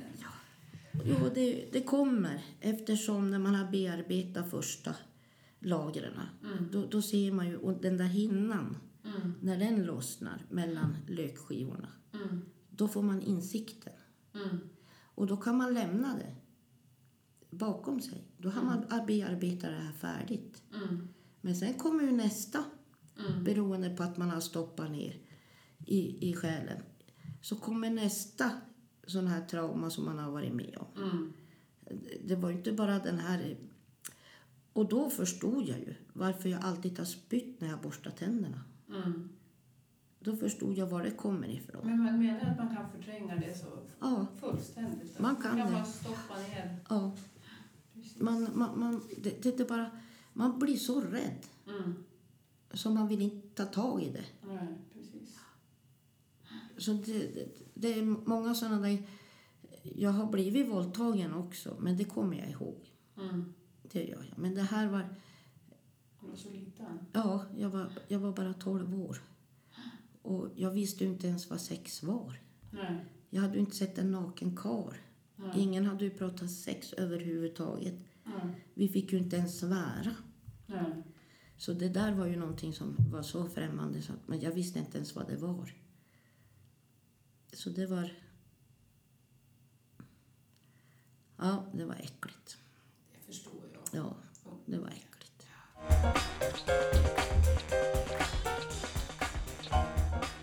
Speaker 1: Jo, det, det kommer eftersom när man har bearbetat första lagren
Speaker 2: Mm.
Speaker 1: då, då ser man ju och den där hinnan,
Speaker 2: Mm.
Speaker 1: när den lossnar mellan lökskivorna,
Speaker 2: Mm.
Speaker 1: då får man insikten.
Speaker 2: Mm.
Speaker 1: Och då kan man lämna det bakom sig. Då har man bearbetat det här färdigt.
Speaker 2: Mm.
Speaker 1: Men sen kommer ju nästa,
Speaker 2: Mm.
Speaker 1: beroende på att man har stoppat ner i, i själen. Så kommer nästa sån här trauma som man har varit med om.
Speaker 2: Mm.
Speaker 1: Det var ju inte bara den här... Och då förstod jag ju varför jag alltid har spytt när jag borstar tänderna.
Speaker 2: Mm.
Speaker 1: Då förstod jag var det kommer ifrån.
Speaker 2: Men man menar att man kan förtränga det så
Speaker 1: Ja,
Speaker 2: fullständigt?
Speaker 1: Man kan
Speaker 2: man
Speaker 1: det.
Speaker 2: bara stoppa ner?
Speaker 1: ja.
Speaker 2: Precis.
Speaker 1: Man, man, man, det, det är bara, man blir så rädd
Speaker 2: Mm.
Speaker 1: så man vill inte ta tag i det.
Speaker 2: Nej, precis.
Speaker 1: Så det, det, det är många sådana där... Jag har blivit våldtagen också, men det kommer jag ihåg.
Speaker 2: Mm.
Speaker 1: Det gör jag. Men det här var...
Speaker 2: Du var så liten.
Speaker 1: Ja, jag var, jag var bara 12 år. Och jag visste ju inte ens vad sex var.
Speaker 2: Nej.
Speaker 1: Jag hade ju inte sett en naken karl.
Speaker 2: Nej.
Speaker 1: Ingen hade ju pratat sex överhuvudtaget.
Speaker 2: Nej.
Speaker 1: Vi fick ju inte ens svära.
Speaker 2: Nej.
Speaker 1: Så det där var ju någonting som var så främmande så att men jag visste inte ens vad det var. Så det var... Ja, det var äckligt.
Speaker 2: Det förstår jag.
Speaker 1: Ja, det var äckligt.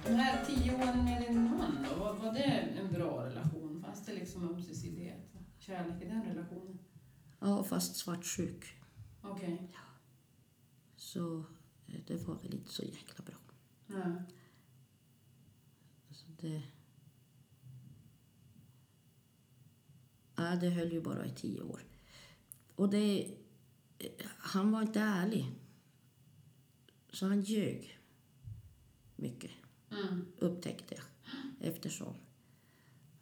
Speaker 2: De här tio åren med din man, då, var, var det en bra relation? Fanns det liksom ömsesidighet, kärlek i den relationen?
Speaker 1: Ja, fast svartsjuk.
Speaker 2: Okej.
Speaker 1: Så eh, det var väl inte så jäkla bra.
Speaker 2: Nej.
Speaker 1: Så det... Ja, det höll ju bara i tio år. Och det... eh, Han var inte ärlig. Så han ljög mycket,
Speaker 2: Mm.
Speaker 1: upptäckte jag eftersom.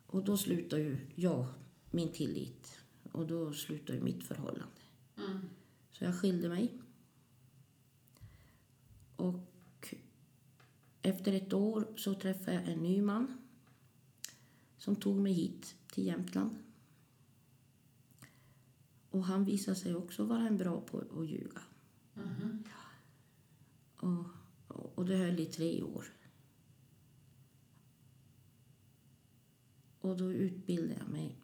Speaker 1: Och då slutade ju jag min tillit och då slutade ju mitt förhållande.
Speaker 2: Mm.
Speaker 1: Så jag skilde mig. Och efter ett år så träffade jag en ny man som tog mig hit till Jämtland. Och han visade sig också vara en bra på att ljuga.
Speaker 2: Mhm.
Speaker 1: Och, och det höll i tre år. Och då utbildade jag mig.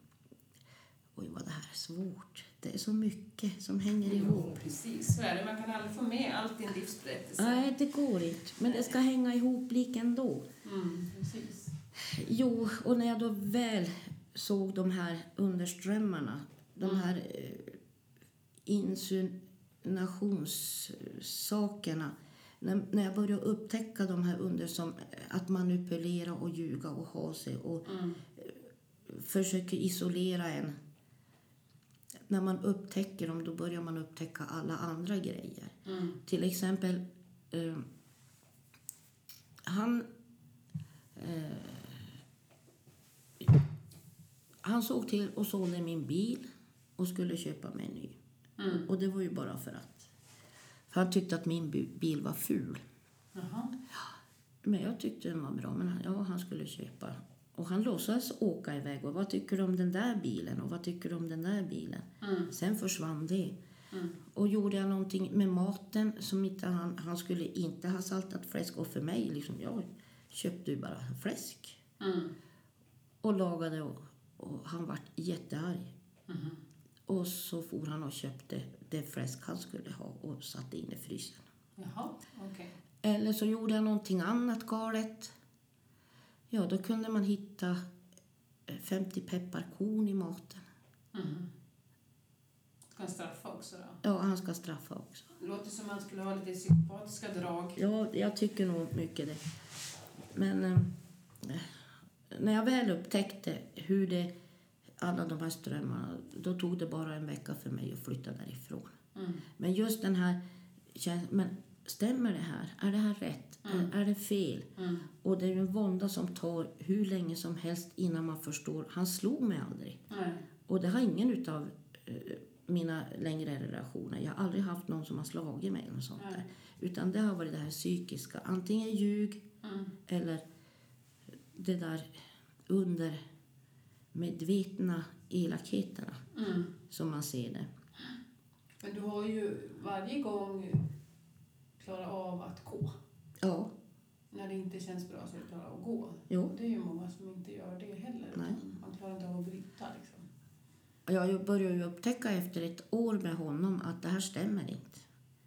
Speaker 1: Oj, vad det här är svårt. Det är så mycket som hänger ihop.
Speaker 2: Jo, precis. Så är det. Man kan aldrig få med allt i en livsberättelse.
Speaker 1: Nej, det går inte. Men det ska hänga ihop lik ändå.
Speaker 2: Mm, precis.
Speaker 1: Jo, och när jag då väl såg de här underströmmarna,
Speaker 2: Mm.
Speaker 1: de här eh, insinuationssakerna. När, när jag började upptäcka de här under som eh, att manipulera och ljuga och ha sig och
Speaker 2: Mm.
Speaker 1: försöker isolera en. När man upptäcker dem, då börjar man upptäcka alla andra grejer.
Speaker 2: Mm.
Speaker 1: Till exempel... Eh, han... Eh, han såg till och sålde min bil och skulle köpa mig en ny.
Speaker 2: Mm.
Speaker 1: Och det var ju bara för att. För han tyckte att min bu- bil var ful.
Speaker 2: Jaha.
Speaker 1: Men jag tyckte den var bra. Men han, ja, han skulle köpa. Och han låtsades åka iväg. Och vad tycker du om den där bilen? Och vad tycker du om den där bilen?
Speaker 2: Mm.
Speaker 1: Sen försvann det.
Speaker 2: Mm.
Speaker 1: Och gjorde jag någonting med maten som inte han, han skulle inte ha saltat fläsk. Och för mig, liksom, jag köpte ju bara fläsk.
Speaker 2: Mm.
Speaker 1: Och lagade och, och han vart jättearg.
Speaker 2: Mhm.
Speaker 1: Och så for han och köpte det fläsk han skulle ha och satte in i frysen.
Speaker 2: Jaha, okej.
Speaker 1: Eller så gjorde jag någonting annat galet. Ja, då kunde man hitta eh, 50 pepparkorn i maten.
Speaker 2: Mhm. Ska han straffa också då?
Speaker 1: Ja, han ska straffa också.
Speaker 2: Det låter som att han skulle ha lite psykopatiska drag.
Speaker 1: Ja, jag tycker nog mycket det. Men eh, när jag väl upptäckte hur det, alla de här strömmarna, då tog det bara en vecka för mig att flytta därifrån.
Speaker 2: Mm.
Speaker 1: Men just den här käns- men stämmer det här? Är det här rätt?
Speaker 2: Mm.
Speaker 1: Är, är det fel?
Speaker 2: Mm.
Speaker 1: Och det är ju en vånda som tar hur länge som helst innan man förstår. Han slog mig aldrig.
Speaker 2: Nej.
Speaker 1: Och det har ingen utav eh, mina längre relationer. Jag har aldrig haft någon som har slagit mig eller något sånt där.
Speaker 2: Nej.
Speaker 1: Utan det har varit det här psykiska. Antingen ljug
Speaker 2: Mm.
Speaker 1: eller det där undermedvetna elakheterna
Speaker 2: Mm.
Speaker 1: som man ser det.
Speaker 2: Men du har ju varje gång klarat av att gå.
Speaker 1: Ja,
Speaker 2: När det inte känns bra så är du klarar av att gå.
Speaker 1: jo.
Speaker 2: Och det är ju många som inte gör det heller.
Speaker 1: Nej.
Speaker 2: Man klarar inte av att bryta liksom.
Speaker 1: Jag började ju upptäcka efter ett år med honom att det här stämmer inte.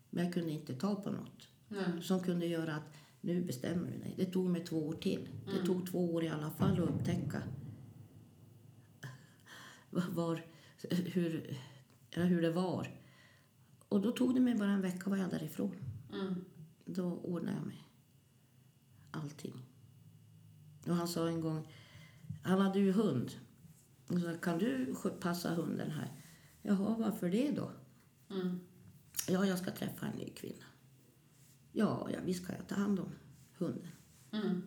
Speaker 1: Men jag kunde inte ta på något
Speaker 2: Nej.
Speaker 1: som kunde göra att nu bestämmer du dig. Det tog mig två år till. Det
Speaker 2: Mm.
Speaker 1: tog två år i alla fall att upptäcka var- var, hur, ja, hur det var. Och då tog det mig bara en vecka var jag därifrån.
Speaker 2: Mm.
Speaker 1: Då ordnade jag mig. Allting. Och han sa en gång, han hade ju hund. Och så sa, kan du skö- passa hunden här? Jaha, varför det då?
Speaker 2: Mm.
Speaker 1: Ja, jag ska träffa en ny kvinna. Ja, ja visst kan jag ta hand om hunden.
Speaker 2: Mm.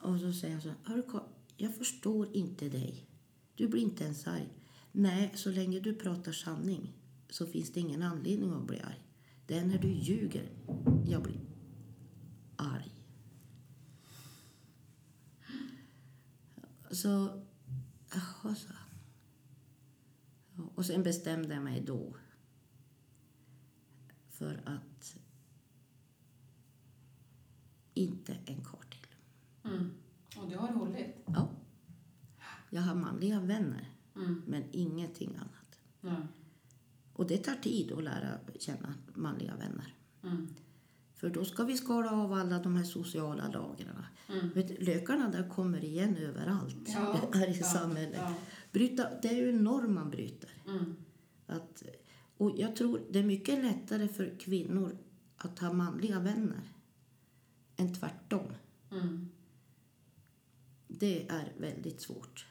Speaker 1: Och så säger han så här, "Hör du Ka- jag förstår inte dig. Du blir inte ens arg. Nej, så länge du pratar sanning så finns det ingen anledning att bli arg. Det är när du ljuger jag blir arg. Så, jaha, sa han. Ja, Och sen bestämde jag mig då för att inte en karl till.
Speaker 2: Mm. Och det har hållit.
Speaker 1: Ja. Jag har manliga vänner,
Speaker 2: Mm.
Speaker 1: men ingenting annat.
Speaker 2: Nej.
Speaker 1: Och det tar tid att lära känna manliga vänner.
Speaker 2: Mm.
Speaker 1: För då ska vi skala av alla de här sociala lagren.
Speaker 2: Mm.
Speaker 1: Vet, du, lökarna där kommer igen överallt
Speaker 2: Ja,
Speaker 1: här i
Speaker 2: ja,
Speaker 1: samhället.
Speaker 2: Ja.
Speaker 1: Bryta, det är ju en norm man bryter.
Speaker 2: Mm.
Speaker 1: Att, och jag tror det är mycket lättare för kvinnor att ha manliga vänner än tvärtom.
Speaker 2: Mm.
Speaker 1: Det är väldigt svårt.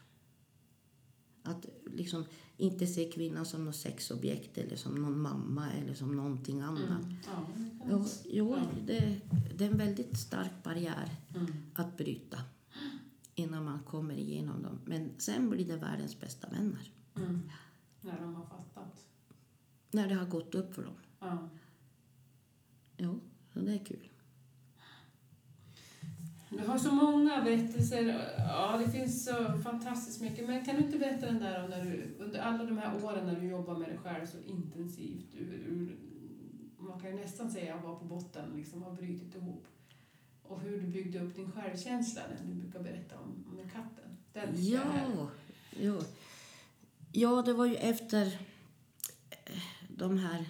Speaker 1: Att liksom inte se kvinnan som något sexobjekt eller som någon mamma eller som någonting annat.
Speaker 2: Mm. Ja, det kan
Speaker 1: Jo,
Speaker 2: jag-
Speaker 1: jo
Speaker 2: Ja.
Speaker 1: det, det är en väldigt stark barriär
Speaker 2: Mm.
Speaker 1: att bryta innan man kommer igenom dem. Men sen blir det världens bästa vänner
Speaker 2: Mm. När de har fattat.
Speaker 1: när det har gått upp för dem.
Speaker 2: Ja.
Speaker 1: Jo, så det är kul.
Speaker 2: Du har så många berättelser. Ja, det finns så fantastiskt mycket. Men kan du inte berätta den där om när du, under alla de här åren när du jobbar med dig själv så intensivt. Du, du, man kan ju nästan säga att jag var på botten, liksom har brutit ihop. Och hur du byggde upp din självkänsla, den du brukar berätta om med katten. Den tycker jag är-
Speaker 1: Ja, ja. ja, det var ju efter eh, de här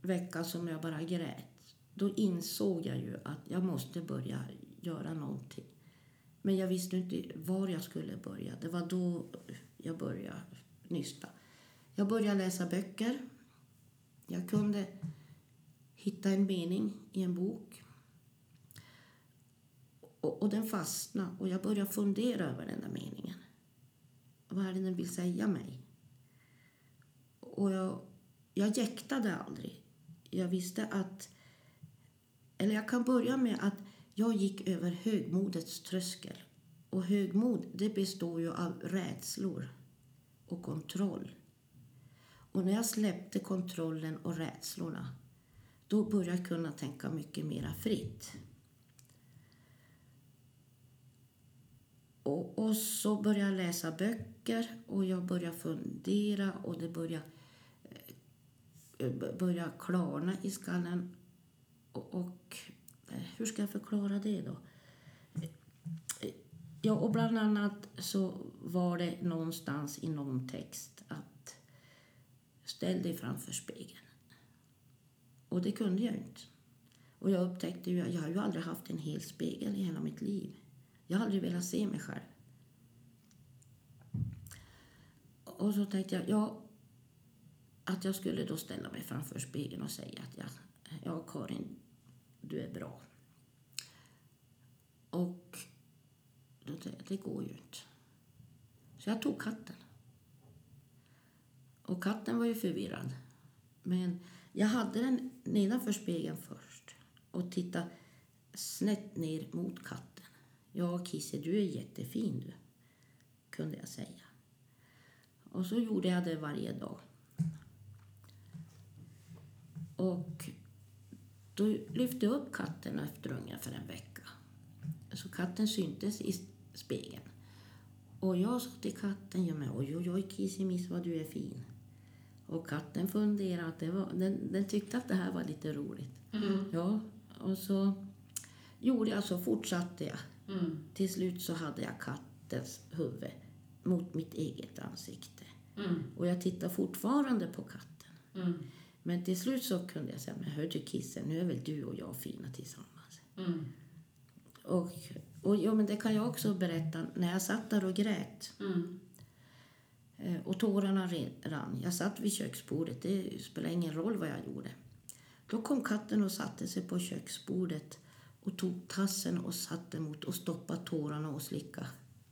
Speaker 1: veckan som jag bara grät. Då insåg jag ju att jag måste börja göra någonting. Men jag visste ju inte var jag skulle börja. Det var då jag började nysta. Jag började läsa böcker. Jag kunde hitta en mening i en bok. Och, och den fastnade och jag började fundera över den där meningen. Vad är det den vill säga mig? Och jag, jag jäktade aldrig. Jag visste att... Eller jag kan börja med att jag gick över högmodets tröskel. Och högmod, det består ju av rädslor och kontroll. Och när jag släppte kontrollen och rädslorna, då började jag kunna tänka mycket mera fritt. Och, och så började jag läsa böcker och jag började fundera och det började, eh, b- började klarna i skallen. Och, och eh, hur ska jag förklara det då? Eh, Ja, och bland annat så var det någonstans i någon text att ställ dig framför spegeln. Och det kunde jag ju inte. Och jag upptäckte ju, jag har ju aldrig haft en hel spegel i hela mitt liv. Jag har aldrig velat se mig själv. Och så tänkte jag, ja, att jag skulle då ställa mig framför spegeln och säga att jag, ja Karin, du är bra. Och då tänkte jag, det går ju inte. Så jag tog katten. Och katten var ju förvirrad. Men jag hade den nedanför spegeln först och tittade snett ner mot katten. Ja, Kisse, du är jättefin du, kunde jag säga. Och så gjorde jag det varje dag. Och då lyfte jag upp katten efter ungefär en vecka. Så katten syntes i spegeln. Och jag sa till katten, ja men oj oj oj kissemiss vad du är fin. Och katten funderade, att det var, den, den tyckte att det här var lite roligt.
Speaker 2: Mm.
Speaker 1: Ja, och så gjorde jag så, fortsatte jag.
Speaker 2: Mm.
Speaker 1: Till slut så hade jag kattens huvud mot mitt eget ansikte.
Speaker 2: Mm.
Speaker 1: Och jag tittar fortfarande på katten.
Speaker 2: Mm.
Speaker 1: Men till slut så kunde jag säga, men hör du kissen, nu är väl du och jag fina tillsammans.
Speaker 2: Mm.
Speaker 1: Och, och ja, men det kan jag också berätta, när jag satt där och grät
Speaker 2: Mm.
Speaker 1: eh, och tårarna re- rann. Jag satt vid köksbordet, det spelar ingen roll vad jag gjorde. Då kom katten och satte sig på köksbordet och tog tassen och satte emot och stoppade tårarna och slickade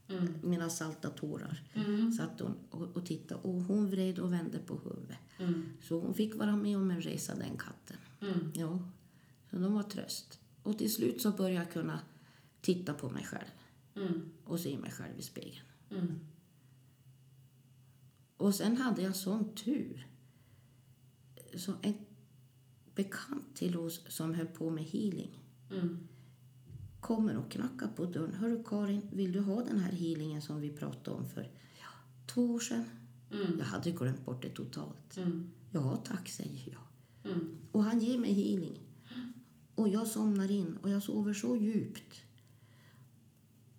Speaker 2: Mm.
Speaker 1: mina salta tårar.
Speaker 2: Mm.
Speaker 1: Satt hon och, och tittade och hon vred och vände på huvudet.
Speaker 2: Mm.
Speaker 1: Så hon fick vara med om en resa den katten.
Speaker 2: Mm.
Speaker 1: Ja, så de var tröst. Och till slut så började jag kunna titta på mig själv
Speaker 2: Mm.
Speaker 1: och se mig själv i spegeln.
Speaker 2: Mm.
Speaker 1: Och sen hade jag sån tur. Så en bekant till oss som höll på med healing
Speaker 2: Mm.
Speaker 1: kommer och knackar på dörren. Hörru Karin, vill du ha den här healingen som vi pratade om för ja, två år sedan?
Speaker 2: Mm.
Speaker 1: Jag hade glömt bort det totalt.
Speaker 2: Mm.
Speaker 1: Ja tack, säger jag.
Speaker 2: Mm.
Speaker 1: Och han ger mig healing. Och jag somnar in och jag sover så djupt.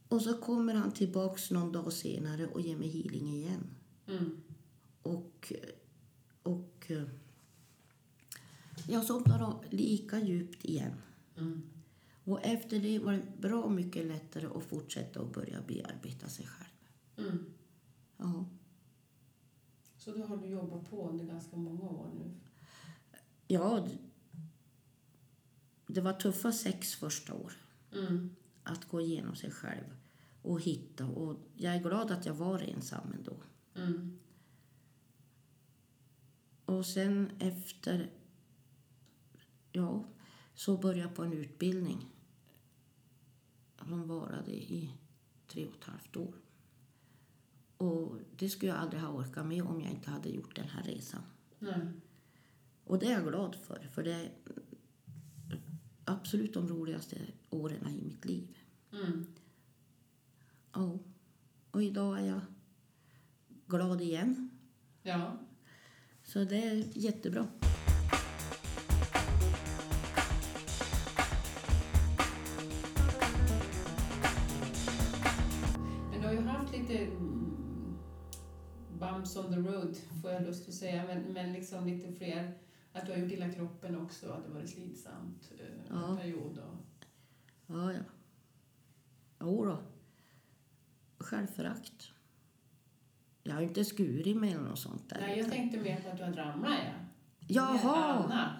Speaker 1: Och så kommer han tillbaks någon dag senare och ger mig healing igen.
Speaker 2: Mm.
Speaker 1: Och, och eh, jag somnar om lika djupt igen.
Speaker 2: Mm.
Speaker 1: Och efter det var det bra mycket lättare att fortsätta och börja bearbeta sig själv.
Speaker 2: Mm.
Speaker 1: Ja,
Speaker 2: Så då har du jobbat på under ganska många år nu?
Speaker 1: ja d- det var tuffa sex första år.
Speaker 2: Mm.
Speaker 1: att gå igenom sig själv och hitta. Och jag är glad att jag var ensam ändå.
Speaker 2: Mm.
Speaker 1: Och sen efter, ja, så började jag på en utbildning som varade i tre och ett halvt år. Och det skulle jag aldrig ha orkat med om jag inte hade gjort den här resan.
Speaker 2: Nej.
Speaker 1: Och det är jag glad för, för det är absolut de roligaste åren i mitt liv.
Speaker 2: Mm.
Speaker 1: Ja. Och idag är jag glad igen.
Speaker 2: Ja.
Speaker 1: Så det är jättebra.
Speaker 2: Men du har ju haft lite mm, bumps on the road, får jag lust att säga, men, men liksom lite fler. Att du har gjort illa kroppen också, att det varit slitsamt eh,
Speaker 1: Ja.
Speaker 2: en period. Och,
Speaker 1: Ja, ja. Jo då. Självförakt. Jag har ju inte skurit mig eller något sånt där.
Speaker 2: nej, jag tänkte mer på att du har ramlat, ja. Med
Speaker 1: Jaha!
Speaker 2: Anna.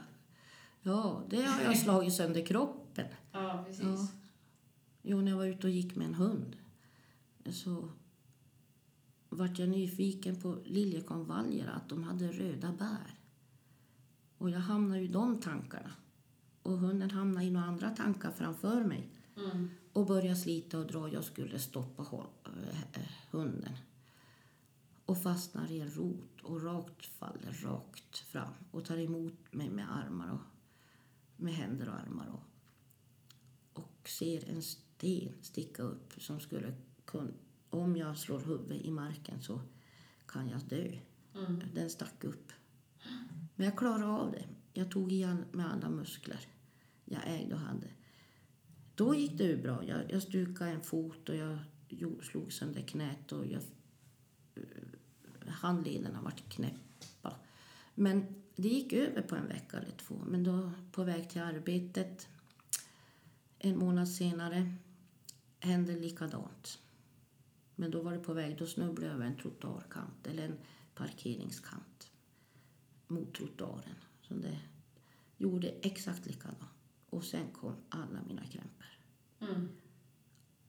Speaker 1: Ja, det har jag slagit sönder kroppen.
Speaker 2: Ja, precis.
Speaker 1: Ja. Jo, när jag var ute och gick med en hund så vart jag nyfiken på liljekonvaljer, att de hade röda bär. Och jag hamnade ju i de tankarna. Och hunden hamnade i några andra tankar framför mig
Speaker 2: Mm.
Speaker 1: och började slita och dra. Jag skulle stoppa ho- eh, eh, hunden. Och fastnar i en rot och rakt faller rakt fram och tar emot mig med armar och med händer och armar och, och ser en sten sticka upp som skulle kun, om jag slår huvudet i marken så kan jag dö.
Speaker 2: Mm.
Speaker 1: Den stack upp. Men jag klarade av det. Jag tog igen med alla muskler jag ägde och hade. Då gick det ju bra. Jag, jag stukade en fot och jag gjorde, slog sönder knät och jag, eh, handlederna vart knäppa. Men det gick över på en vecka eller två. Men då på väg till arbetet en månad senare hände likadant. Men då var det på väg, då snubblade jag över en trottoarkant eller en parkeringskant mot trottoaren. Så det gjorde exakt likadant. Och sen kom alla mina krämpor.
Speaker 2: Mm.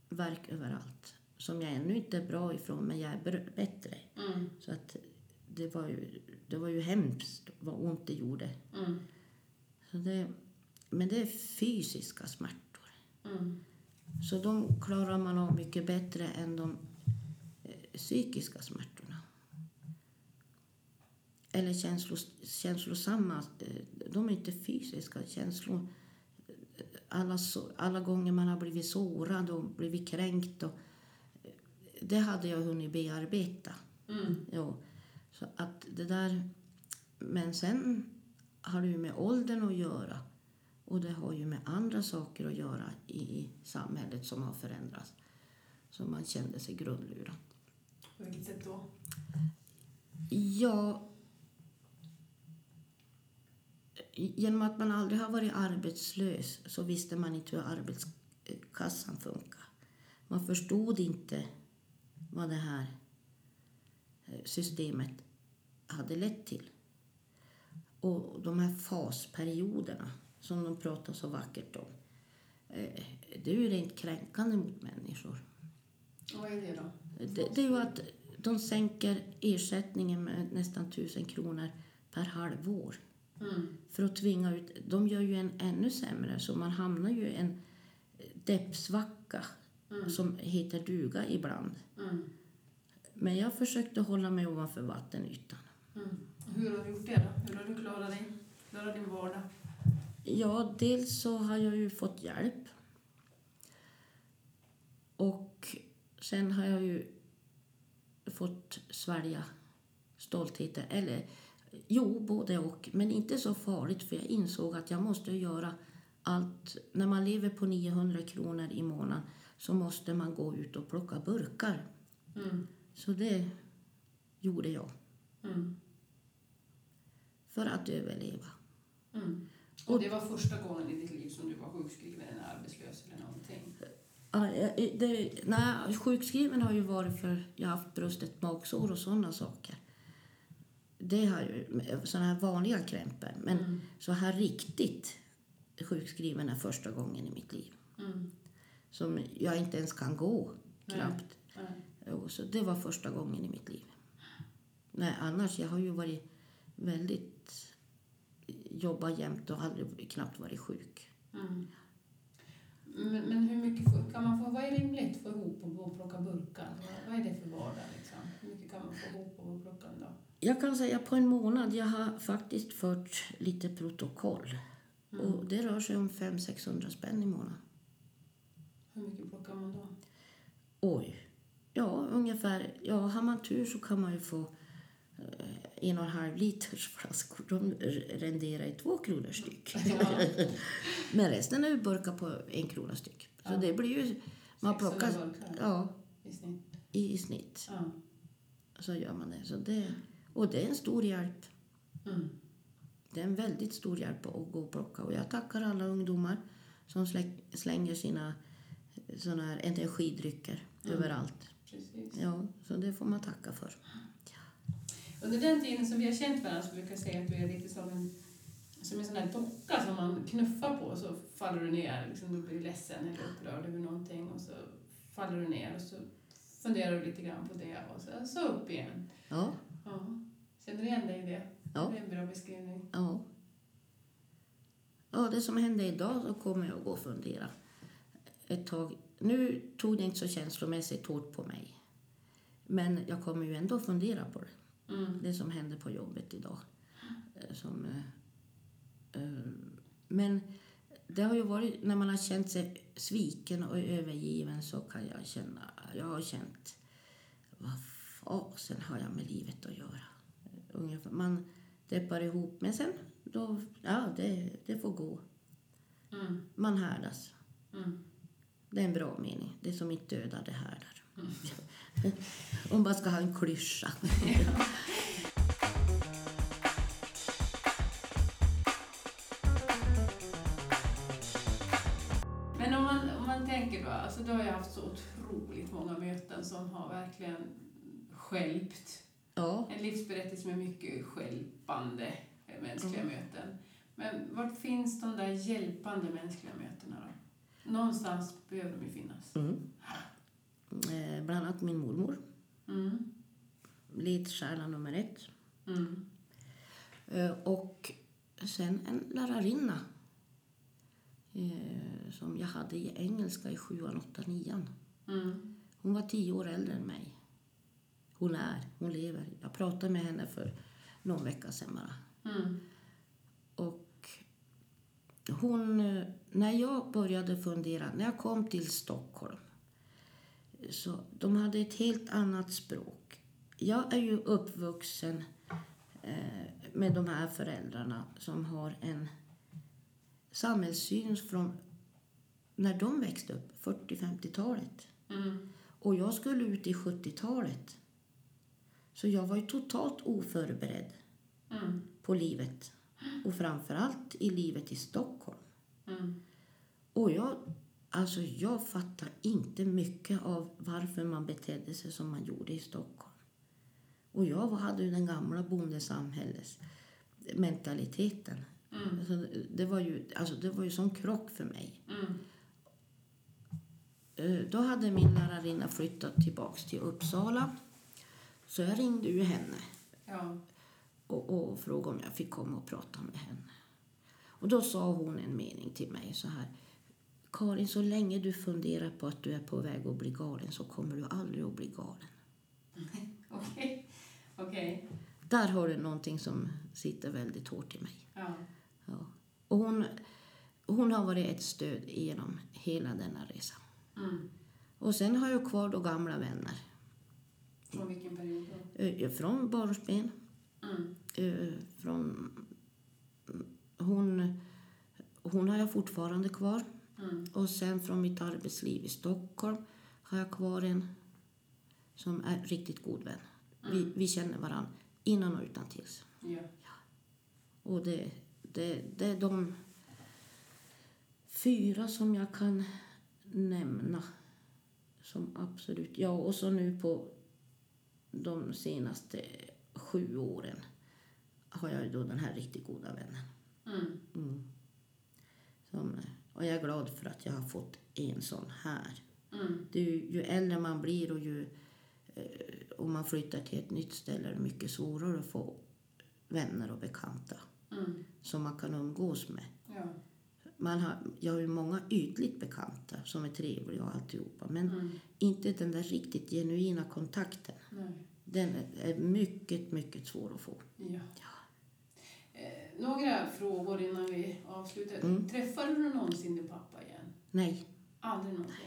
Speaker 1: Värk överallt. Som jag ännu inte är bra ifrån, men jag är br- bättre.
Speaker 2: Mm.
Speaker 1: Så att det var ju, det var ju hemskt vad ont det gjorde.
Speaker 2: Mm.
Speaker 1: Så det, men det är fysiska smärtor.
Speaker 2: Mm.
Speaker 1: Så de klarar man av mycket bättre än de eh, psykiska smärtorna. Eller känslos, känslosamma. eh, De är inte fysiska känslor. eh, Alla, så- alla gånger man har blivit sårad och blivit kränkt. Och eh, det hade jag hunnit bearbeta.
Speaker 2: Mm.
Speaker 1: Jo. Så att det där... Men sen har det ju med åldern att göra och det har ju med andra saker att göra i samhället som har förändrats. Så man kände sig grundlurad.
Speaker 2: På vilket sätt då?
Speaker 1: Ja... Genom att man aldrig har varit arbetslös så visste man inte hur arbetskassan funkar. Man förstod inte vad det här eh, systemet hade lett till. Och de här fasperioderna som de pratar så vackert om. eh, Det är ju rent kränkande mot människor.
Speaker 2: Och vad är det då?
Speaker 1: Det, det är ju att de sänker ersättningen med nästan 1000 kronor per halvår
Speaker 2: Mm.
Speaker 1: för att tvinga ut... De gör ju en ännu sämre, så man hamnar ju i en deppsvacka
Speaker 2: Mm.
Speaker 1: som heter duga ibland.
Speaker 2: Mm.
Speaker 1: Men jag försökte hålla mig ovanför vattenytan.
Speaker 2: Mm. Hur har du gjort det då? Hur har du klarat dig? Klarat din vardag?
Speaker 1: Ja, dels så har jag ju fått hjälp. Och sen har jag ju fått svälja stoltheter. Eller jo, både och. Men inte så farligt för jag insåg att jag måste göra allt. När man lever på 900 kronor i månaden så måste man gå ut och plocka burkar.
Speaker 2: Mm.
Speaker 1: Så det gjorde jag
Speaker 2: Mm.
Speaker 1: för att överleva.
Speaker 2: Mm. Och det var första gången i ditt liv som du var sjukskriven eller arbetslös eller någonting?
Speaker 1: Ja, eh, det, nej, sjukskriven har ju varit för jag har haft bröstet magsår och sådana saker. Det har ju sådana här vanliga krämpor. Men
Speaker 2: Mm.
Speaker 1: så här riktigt sjukskriven är första gången i mitt liv.
Speaker 2: Mm.
Speaker 1: Som jag inte ens kan gå
Speaker 2: Nej.
Speaker 1: knappt.
Speaker 2: Nej.
Speaker 1: Jo, så det var första gången i mitt liv. Nej, annars jag har ju varit väldigt jobbat jämt och aldrig knappt varit sjuk.
Speaker 2: Mm. Men, men hur mycket får, kan man få, vad är rimligt för ihop och och plocka burkar? Vad- Vad är det för vardag liksom? Hur mycket kan man få ihop och plocka en dag?
Speaker 1: Jag kan säga på en månad, jag har faktiskt fört lite protokoll. Och det rör sig om 500-600 spänn i månaden.
Speaker 2: Hur mycket plockar man då?
Speaker 1: Oj. Ja, ungefär. Ja, har man tur så kan man ju få eh, en och en halv liters flaskor. De r- renderar i två kronor styck. Men resten är ju burkar på en krona styck. Så
Speaker 2: Ja.
Speaker 1: det blir ju... Man plockar
Speaker 2: 600 burkar
Speaker 1: ja,
Speaker 2: i snitt.
Speaker 1: i, i snitt.
Speaker 2: Ja.
Speaker 1: Så gör man det. Så det. Och det är en stor hjälp.
Speaker 2: Mm.
Speaker 1: Det är en väldigt stor hjälp att gå och plocka. Och jag tackar alla ungdomar som slä- slänger sina eh, såna här energidrycker
Speaker 2: Mm.
Speaker 1: överallt.
Speaker 2: Precis.
Speaker 1: Ja, så det får man tacka för.
Speaker 2: Under den tiden som vi har känt varandra så brukar jag säga att du är lite som en, som en sån där docka som man knuffar på så faller du ner. Liksom, du blir ledsen eller upprörd över någonting och så faller du ner och så funderar du lite grann på det och så, så upp igen.
Speaker 1: Ja,
Speaker 2: Ja. Känner du igen dig i det?
Speaker 1: Ja.
Speaker 2: Det är en bra beskrivning.
Speaker 1: ja. Ja, det som hände idag så kommer jag att gå och fundera ett tag. Nu tog det inte så känslomässigt hårt på mig. Men jag kommer ju ändå fundera på det.
Speaker 2: Mm.
Speaker 1: det som hände på jobbet idag. Eh, Som, eh, eh, men det har ju varit, när man har känt sig sviken och övergiven så kan jag känna, jag har känt, vad fasen har jag med livet att göra? Ungefär, man deppar ihop, men sen, då, ja det, det får gå.
Speaker 2: Mm.
Speaker 1: Man härdas.
Speaker 2: Mm.
Speaker 1: Det är en bra mening. Det som inte dödar, det härdar.
Speaker 2: Mm.
Speaker 1: Om man ska ha en klyscha.
Speaker 2: Men om man, om man tänker då, alltså du har ju haft så otroligt många möten som har verkligen skälpt
Speaker 1: Ja.
Speaker 2: En livsberättelse med mycket skälpande eh, mänskliga möten. Men vart finns de där hjälpande mänskliga mötena då? Någonstans behöver de ju finnas.
Speaker 1: Mm. Eh, bland annat min mormor,
Speaker 2: Mm.
Speaker 1: ledstjärna nummer ett.
Speaker 2: Mm.
Speaker 1: Eh, och sen en lärarinna eh, som jag hade i engelska i sjuan, åttan, nian.
Speaker 2: Mm.
Speaker 1: Hon var tio år äldre än mig. Hon är, hon lever. Jag pratade med henne för någon vecka sedan bara.
Speaker 2: Mm.
Speaker 1: Och hon, eh, när jag började fundera, när jag kom till Stockholm Så de hade ett helt annat språk. Jag är ju uppvuxen eh, med de här föräldrarna som har en samhällssyn från när de växte upp, 40-50-talet.
Speaker 2: Mm.
Speaker 1: Och jag skulle ut i 70-talet. Så jag var ju totalt oförberedd
Speaker 2: Mm.
Speaker 1: på livet. Och framförallt i livet i Stockholm.
Speaker 2: Mm.
Speaker 1: Och jag, alltså jag fattar inte mycket av varför man betedde sig som man gjorde i Stockholm. Och jag var- hade ju den gamla bondesamhällesmentaliteten.
Speaker 2: Mm.
Speaker 1: Alltså, det var ju, alltså det var ju sån krock för mig.
Speaker 2: Mm.
Speaker 1: Eh, Då hade min lärarinna flyttat tillbaks till Uppsala. Så jag ringde ju henne
Speaker 2: Ja.
Speaker 1: och, och frågade om jag fick komma och prata med henne. Och då sa hon en mening till mig så här. Karin, så länge du funderar på att du är på väg att bli galen så kommer du aldrig att bli galen.
Speaker 2: Okej. Okej.
Speaker 1: Där har du någonting som sitter väldigt hårt i mig.
Speaker 2: Ja.
Speaker 1: Ja. Och hon, hon har varit ett stöd genom hela denna resa.
Speaker 2: Mm.
Speaker 1: Och sen har jag kvar då gamla vänner.
Speaker 2: Från vilken period då?
Speaker 1: Eh, Från barnsben.
Speaker 2: Mm.
Speaker 1: eh, från... Hon, hon har jag fortfarande kvar.
Speaker 2: Mm.
Speaker 1: Och sen från mitt arbetsliv i Stockholm har jag kvar en som är riktigt god vän. Vi, vi känner varandra innan och utan tills.
Speaker 2: Ja.
Speaker 1: Och det, det, det är de fyra som jag kan nämna som absolut... Ja, och så nu på de senaste sju åren har jag ju då den här riktigt goda vännen.
Speaker 2: Mm.
Speaker 1: Mm. Som, och jag är glad för att jag har fått en sån här.
Speaker 2: Mm.
Speaker 1: Det är ju, ju äldre man blir och ju eh, om man flyttar till ett nytt ställe är det mycket svårare att få vänner och bekanta
Speaker 2: Mm.
Speaker 1: som man kan umgås med.
Speaker 2: Ja.
Speaker 1: Man har, jag har ju många ytligt bekanta som är trevliga och alltihopa men
Speaker 2: Mm.
Speaker 1: inte den där riktigt genuina kontakten.
Speaker 2: Nej.
Speaker 1: Den är- är mycket, mycket svår att få.
Speaker 2: Ja. Eh, några frågor innan vi avslutar.
Speaker 1: Mm.
Speaker 2: Träffade du någonsin din pappa igen?
Speaker 1: Nej,
Speaker 2: Aldrig någonsin?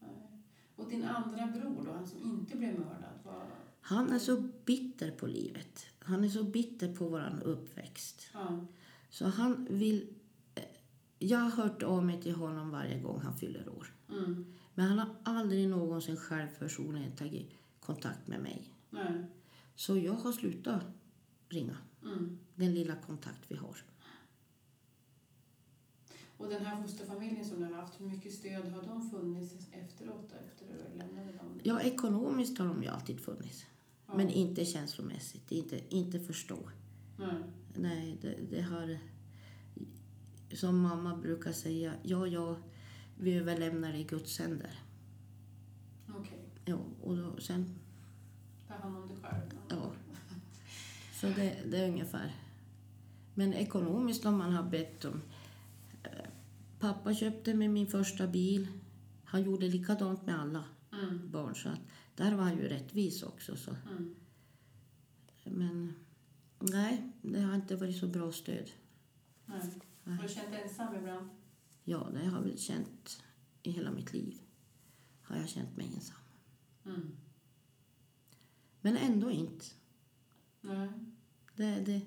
Speaker 2: Nej. Och din andra bror då, han som inte blev mördad? Var...
Speaker 1: han är så bitter på livet. Han är så bitter på våran uppväxt.
Speaker 2: Ja.
Speaker 1: Så han vill... eh, Jag har hört av mig till honom varje gång han fyller år.
Speaker 2: Mm.
Speaker 1: Men han har aldrig någonsin själv personligen tagit kontakt med mig.
Speaker 2: Nej.
Speaker 1: Så jag har slutat ringa.
Speaker 2: Mm.
Speaker 1: Den lilla kontakt vi har.
Speaker 2: Och den här fosterfamiljen som du har haft, hur mycket stöd har de funnits efteråt då, efter du lämnade dem?
Speaker 1: Ja, ekonomiskt har de ju alltid funnits.
Speaker 2: Ja.
Speaker 1: Men inte känslomässigt. Inte, inte förstå.
Speaker 2: Nej.
Speaker 1: Nej, det, det har... Som mamma brukar säga, ja, ja, vi överlämnar i Guds händer.
Speaker 2: Okej,
Speaker 1: Ja, och då, sen,
Speaker 2: ta hand om dig själv.
Speaker 1: ja. Så det, det är ungefär. Men ekonomiskt om man har bett om... eh, Pappa köpte mig min första bil. Han gjorde likadant med alla
Speaker 2: Mm.
Speaker 1: barn. Så att där var han ju rättvis också. Så.
Speaker 2: Mm.
Speaker 1: Men nej, det har inte varit så bra stöd.
Speaker 2: Nej.
Speaker 1: Nej.
Speaker 2: Har du känt dig ensam ibland?
Speaker 1: Ja, det har jag väl känt i hela mitt liv. Har jag känt mig ensam.
Speaker 2: Mm.
Speaker 1: Men ändå inte.
Speaker 2: Nej.
Speaker 1: Det, det.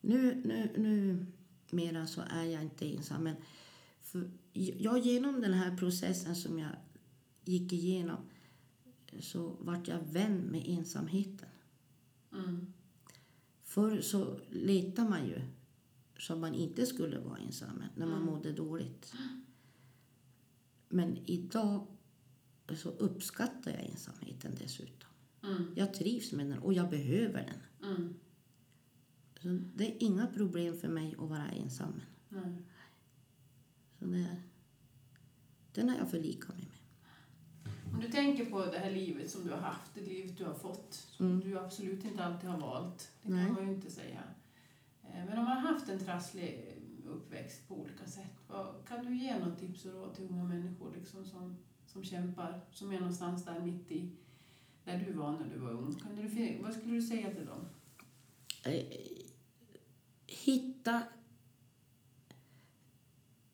Speaker 1: Nu, nu, nu mera så är jag inte ensam. Men för, jag, genom den här processen som jag gick igenom så vart jag vän med ensamheten.
Speaker 2: Mm.
Speaker 1: Förr så letade man ju så man inte skulle vara ensam när man
Speaker 2: Mm.
Speaker 1: mådde dåligt. Men idag så uppskattar jag ensamheten dessutom.
Speaker 2: Mm.
Speaker 1: Jag trivs med den och jag behöver den.
Speaker 2: Mm.
Speaker 1: Så det är inga problem för mig att vara ensam.
Speaker 2: Nej.
Speaker 1: Så det är, den har jag förlikat mig med.
Speaker 2: Om du tänker på det här livet som du har haft, det livet du har fått, som
Speaker 1: Mm.
Speaker 2: du absolut inte alltid har valt, det
Speaker 1: Nej.
Speaker 2: kan man ju inte säga. Eh, Men om man har haft en trasslig uppväxt på olika sätt, vad, kan du ge något tips och råd till unga människor liksom som, som kämpar, som är någonstans där mitt i, där du var när du var ung? Kan du, vad skulle du säga till dem?
Speaker 1: Eh, Hitta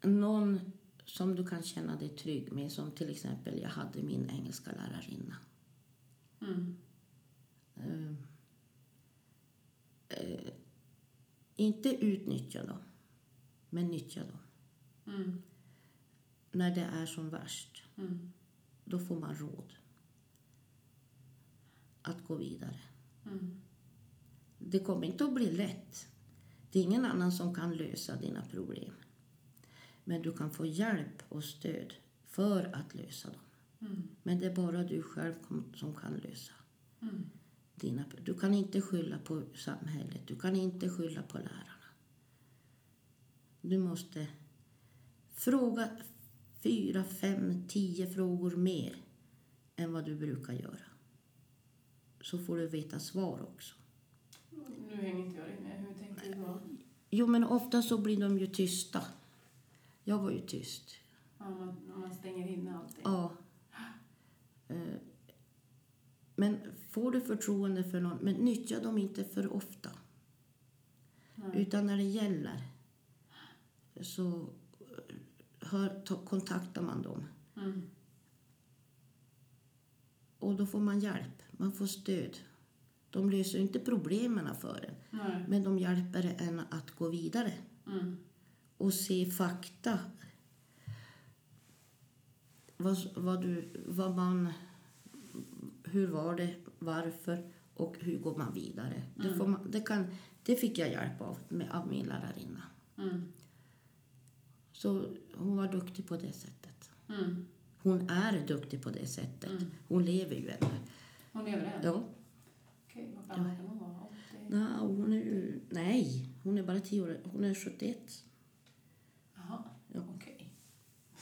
Speaker 1: någon som du kan känna dig trygg med. Som till exempel jag hade min engelska lärarinna.
Speaker 2: Mm.
Speaker 1: Eh, eh, inte utnyttja dem, men nyttja dem.
Speaker 2: Mm.
Speaker 1: När det är som värst,
Speaker 2: Mm.
Speaker 1: då får man råd att gå vidare.
Speaker 2: Mm.
Speaker 1: Det kommer inte att bli lätt. Det är ingen annan som kan lösa dina problem. Men du kan få hjälp och stöd för att lösa dem.
Speaker 2: Mm.
Speaker 1: Men det är bara du själv kom- som kan lösa
Speaker 2: Mm.
Speaker 1: dina pro- Du kan inte skylla på samhället, du kan inte skylla på lärarna. Du måste fråga fyra, fem, tio frågor mer än vad du brukar göra. Så får du veta svar också.
Speaker 2: Nu hänger inte jag riktigt med. Hur tänkte du då?
Speaker 1: Jo, men ofta så blir de ju tysta. Jag var ju tyst.
Speaker 2: Ja, Om man, om man stänger in allting.
Speaker 1: Ja. Eh, Men får du förtroende för någon, men nyttja dem inte för ofta.
Speaker 2: Nej.
Speaker 1: Utan när det gäller så eh, hör, ta, kontaktar man dem.
Speaker 2: Mm.
Speaker 1: Och då får man hjälp, man får stöd. De löser inte problemen för en,
Speaker 2: Nej.
Speaker 1: men de hjälper en att gå vidare.
Speaker 2: Mm.
Speaker 1: och se fakta. Vad, vad du, vad man, hur var det, varför och hur går man vidare?
Speaker 2: Mm.
Speaker 1: Det, får man, det, kan, det fick jag hjälp av, med, av min lärarinna.
Speaker 2: Mm.
Speaker 1: Så hon var duktig på det sättet.
Speaker 2: Mm.
Speaker 1: Hon är duktig på det sättet.
Speaker 2: Mm.
Speaker 1: Hon lever ju ännu.
Speaker 2: Hon lever än?
Speaker 1: Ja.
Speaker 2: Okej, vad gammal kan hon vara? 80?
Speaker 1: Nej, hon är, ju- nej, hon är bara 10 år. Hon är 71.
Speaker 2: Jaha,
Speaker 1: Ja.
Speaker 2: okej.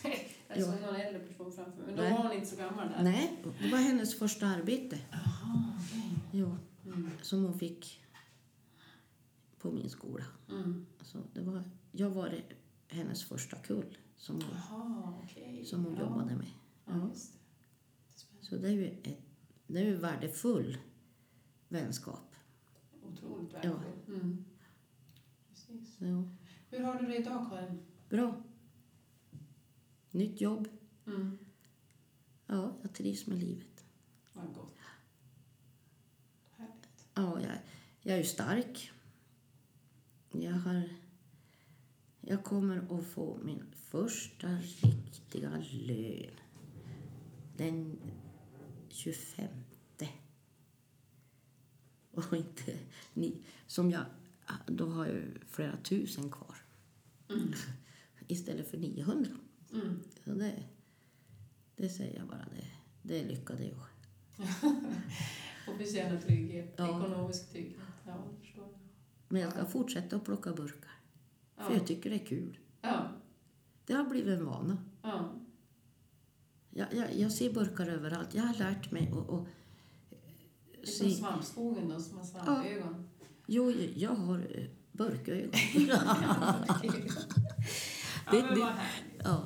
Speaker 2: Jag såg någon äldre person framför mig. Men
Speaker 1: Nej.
Speaker 2: då var hon inte så gammal där.
Speaker 1: Nej, det var hennes första arbete.
Speaker 2: Jaha, okej.
Speaker 1: Ja,
Speaker 2: Mm.
Speaker 1: som hon fick på min skola.
Speaker 2: Mm.
Speaker 1: Så det var, jag var det, hennes första kull som hon,
Speaker 2: Jaha, okej.
Speaker 1: som hon
Speaker 2: ja.
Speaker 1: jobbade med.
Speaker 2: Ja, just det. Det är spännande.
Speaker 1: Så det är ju ett, det är ju värdefull vänskap.
Speaker 2: Otroligt värdefullt. Mm. Precis.
Speaker 1: Så,
Speaker 2: Hur har du det idag, Karin?
Speaker 1: bra. Nytt jobb.
Speaker 2: Mm.
Speaker 1: Ja, jag trivs med livet.
Speaker 2: Vad gott. Härligt.
Speaker 1: Ja, jag, jag är ju stark. Jag har... Jag kommer att få min första riktiga lön den 25. Och inte ni. Som jag... Då har jag ju flera tusen kvar
Speaker 2: Mm.
Speaker 1: istället för 900.
Speaker 2: Mm.
Speaker 1: Så det, det säger jag bara. Det, det är lyckade jag.
Speaker 2: Och förtjäna trygghet.
Speaker 1: Ja.
Speaker 2: Ekonomisk trygghet. Ja, jag förstår.
Speaker 1: Men jag ska fortsätta att plocka burkar. För
Speaker 2: Ja.
Speaker 1: jag tycker det är kul.
Speaker 2: Ja.
Speaker 1: Det har blivit en vana.
Speaker 2: ja.
Speaker 1: Jag, jag, jag ser burkar överallt. Jag har lärt mig att... att
Speaker 2: Det är som
Speaker 1: se.
Speaker 2: svampskogen då, som har svampögon.
Speaker 1: Jo, jag har eh, burkögon.
Speaker 2: ja,
Speaker 1: det-
Speaker 2: men vad härligt.
Speaker 1: ja.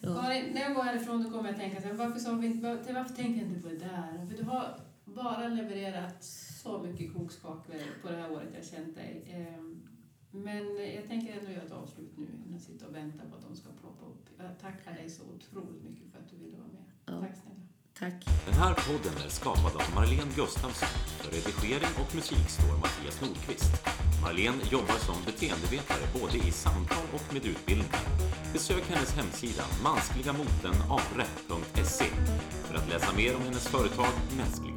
Speaker 1: Ja.
Speaker 2: Karin, när jag går härifrån då kommer jag tänka så här, varför, sa vi inte, var- varför tänkte jag inte på det där? För du har bara levererat så mycket kokskakor på det här året jag har känt dig. Ehm, Men jag tänker ändå göra ett avslut nu innan jag sitter och väntar på att de ska ploppa upp. Jag tackar dig så otroligt mycket för att du ville vara med.
Speaker 1: Ja.
Speaker 2: Tack snälla.
Speaker 1: Tack.
Speaker 3: Den här podden är skapad av Marlene Gustafsson. För redigering och musik står Mattias Nordqvist. Marlene jobbar som beteendevetare både i samtal och med utbildningar. Besök hennes hemsida mansligamotenare.se för att läsa mer om hennes företag Mänskliga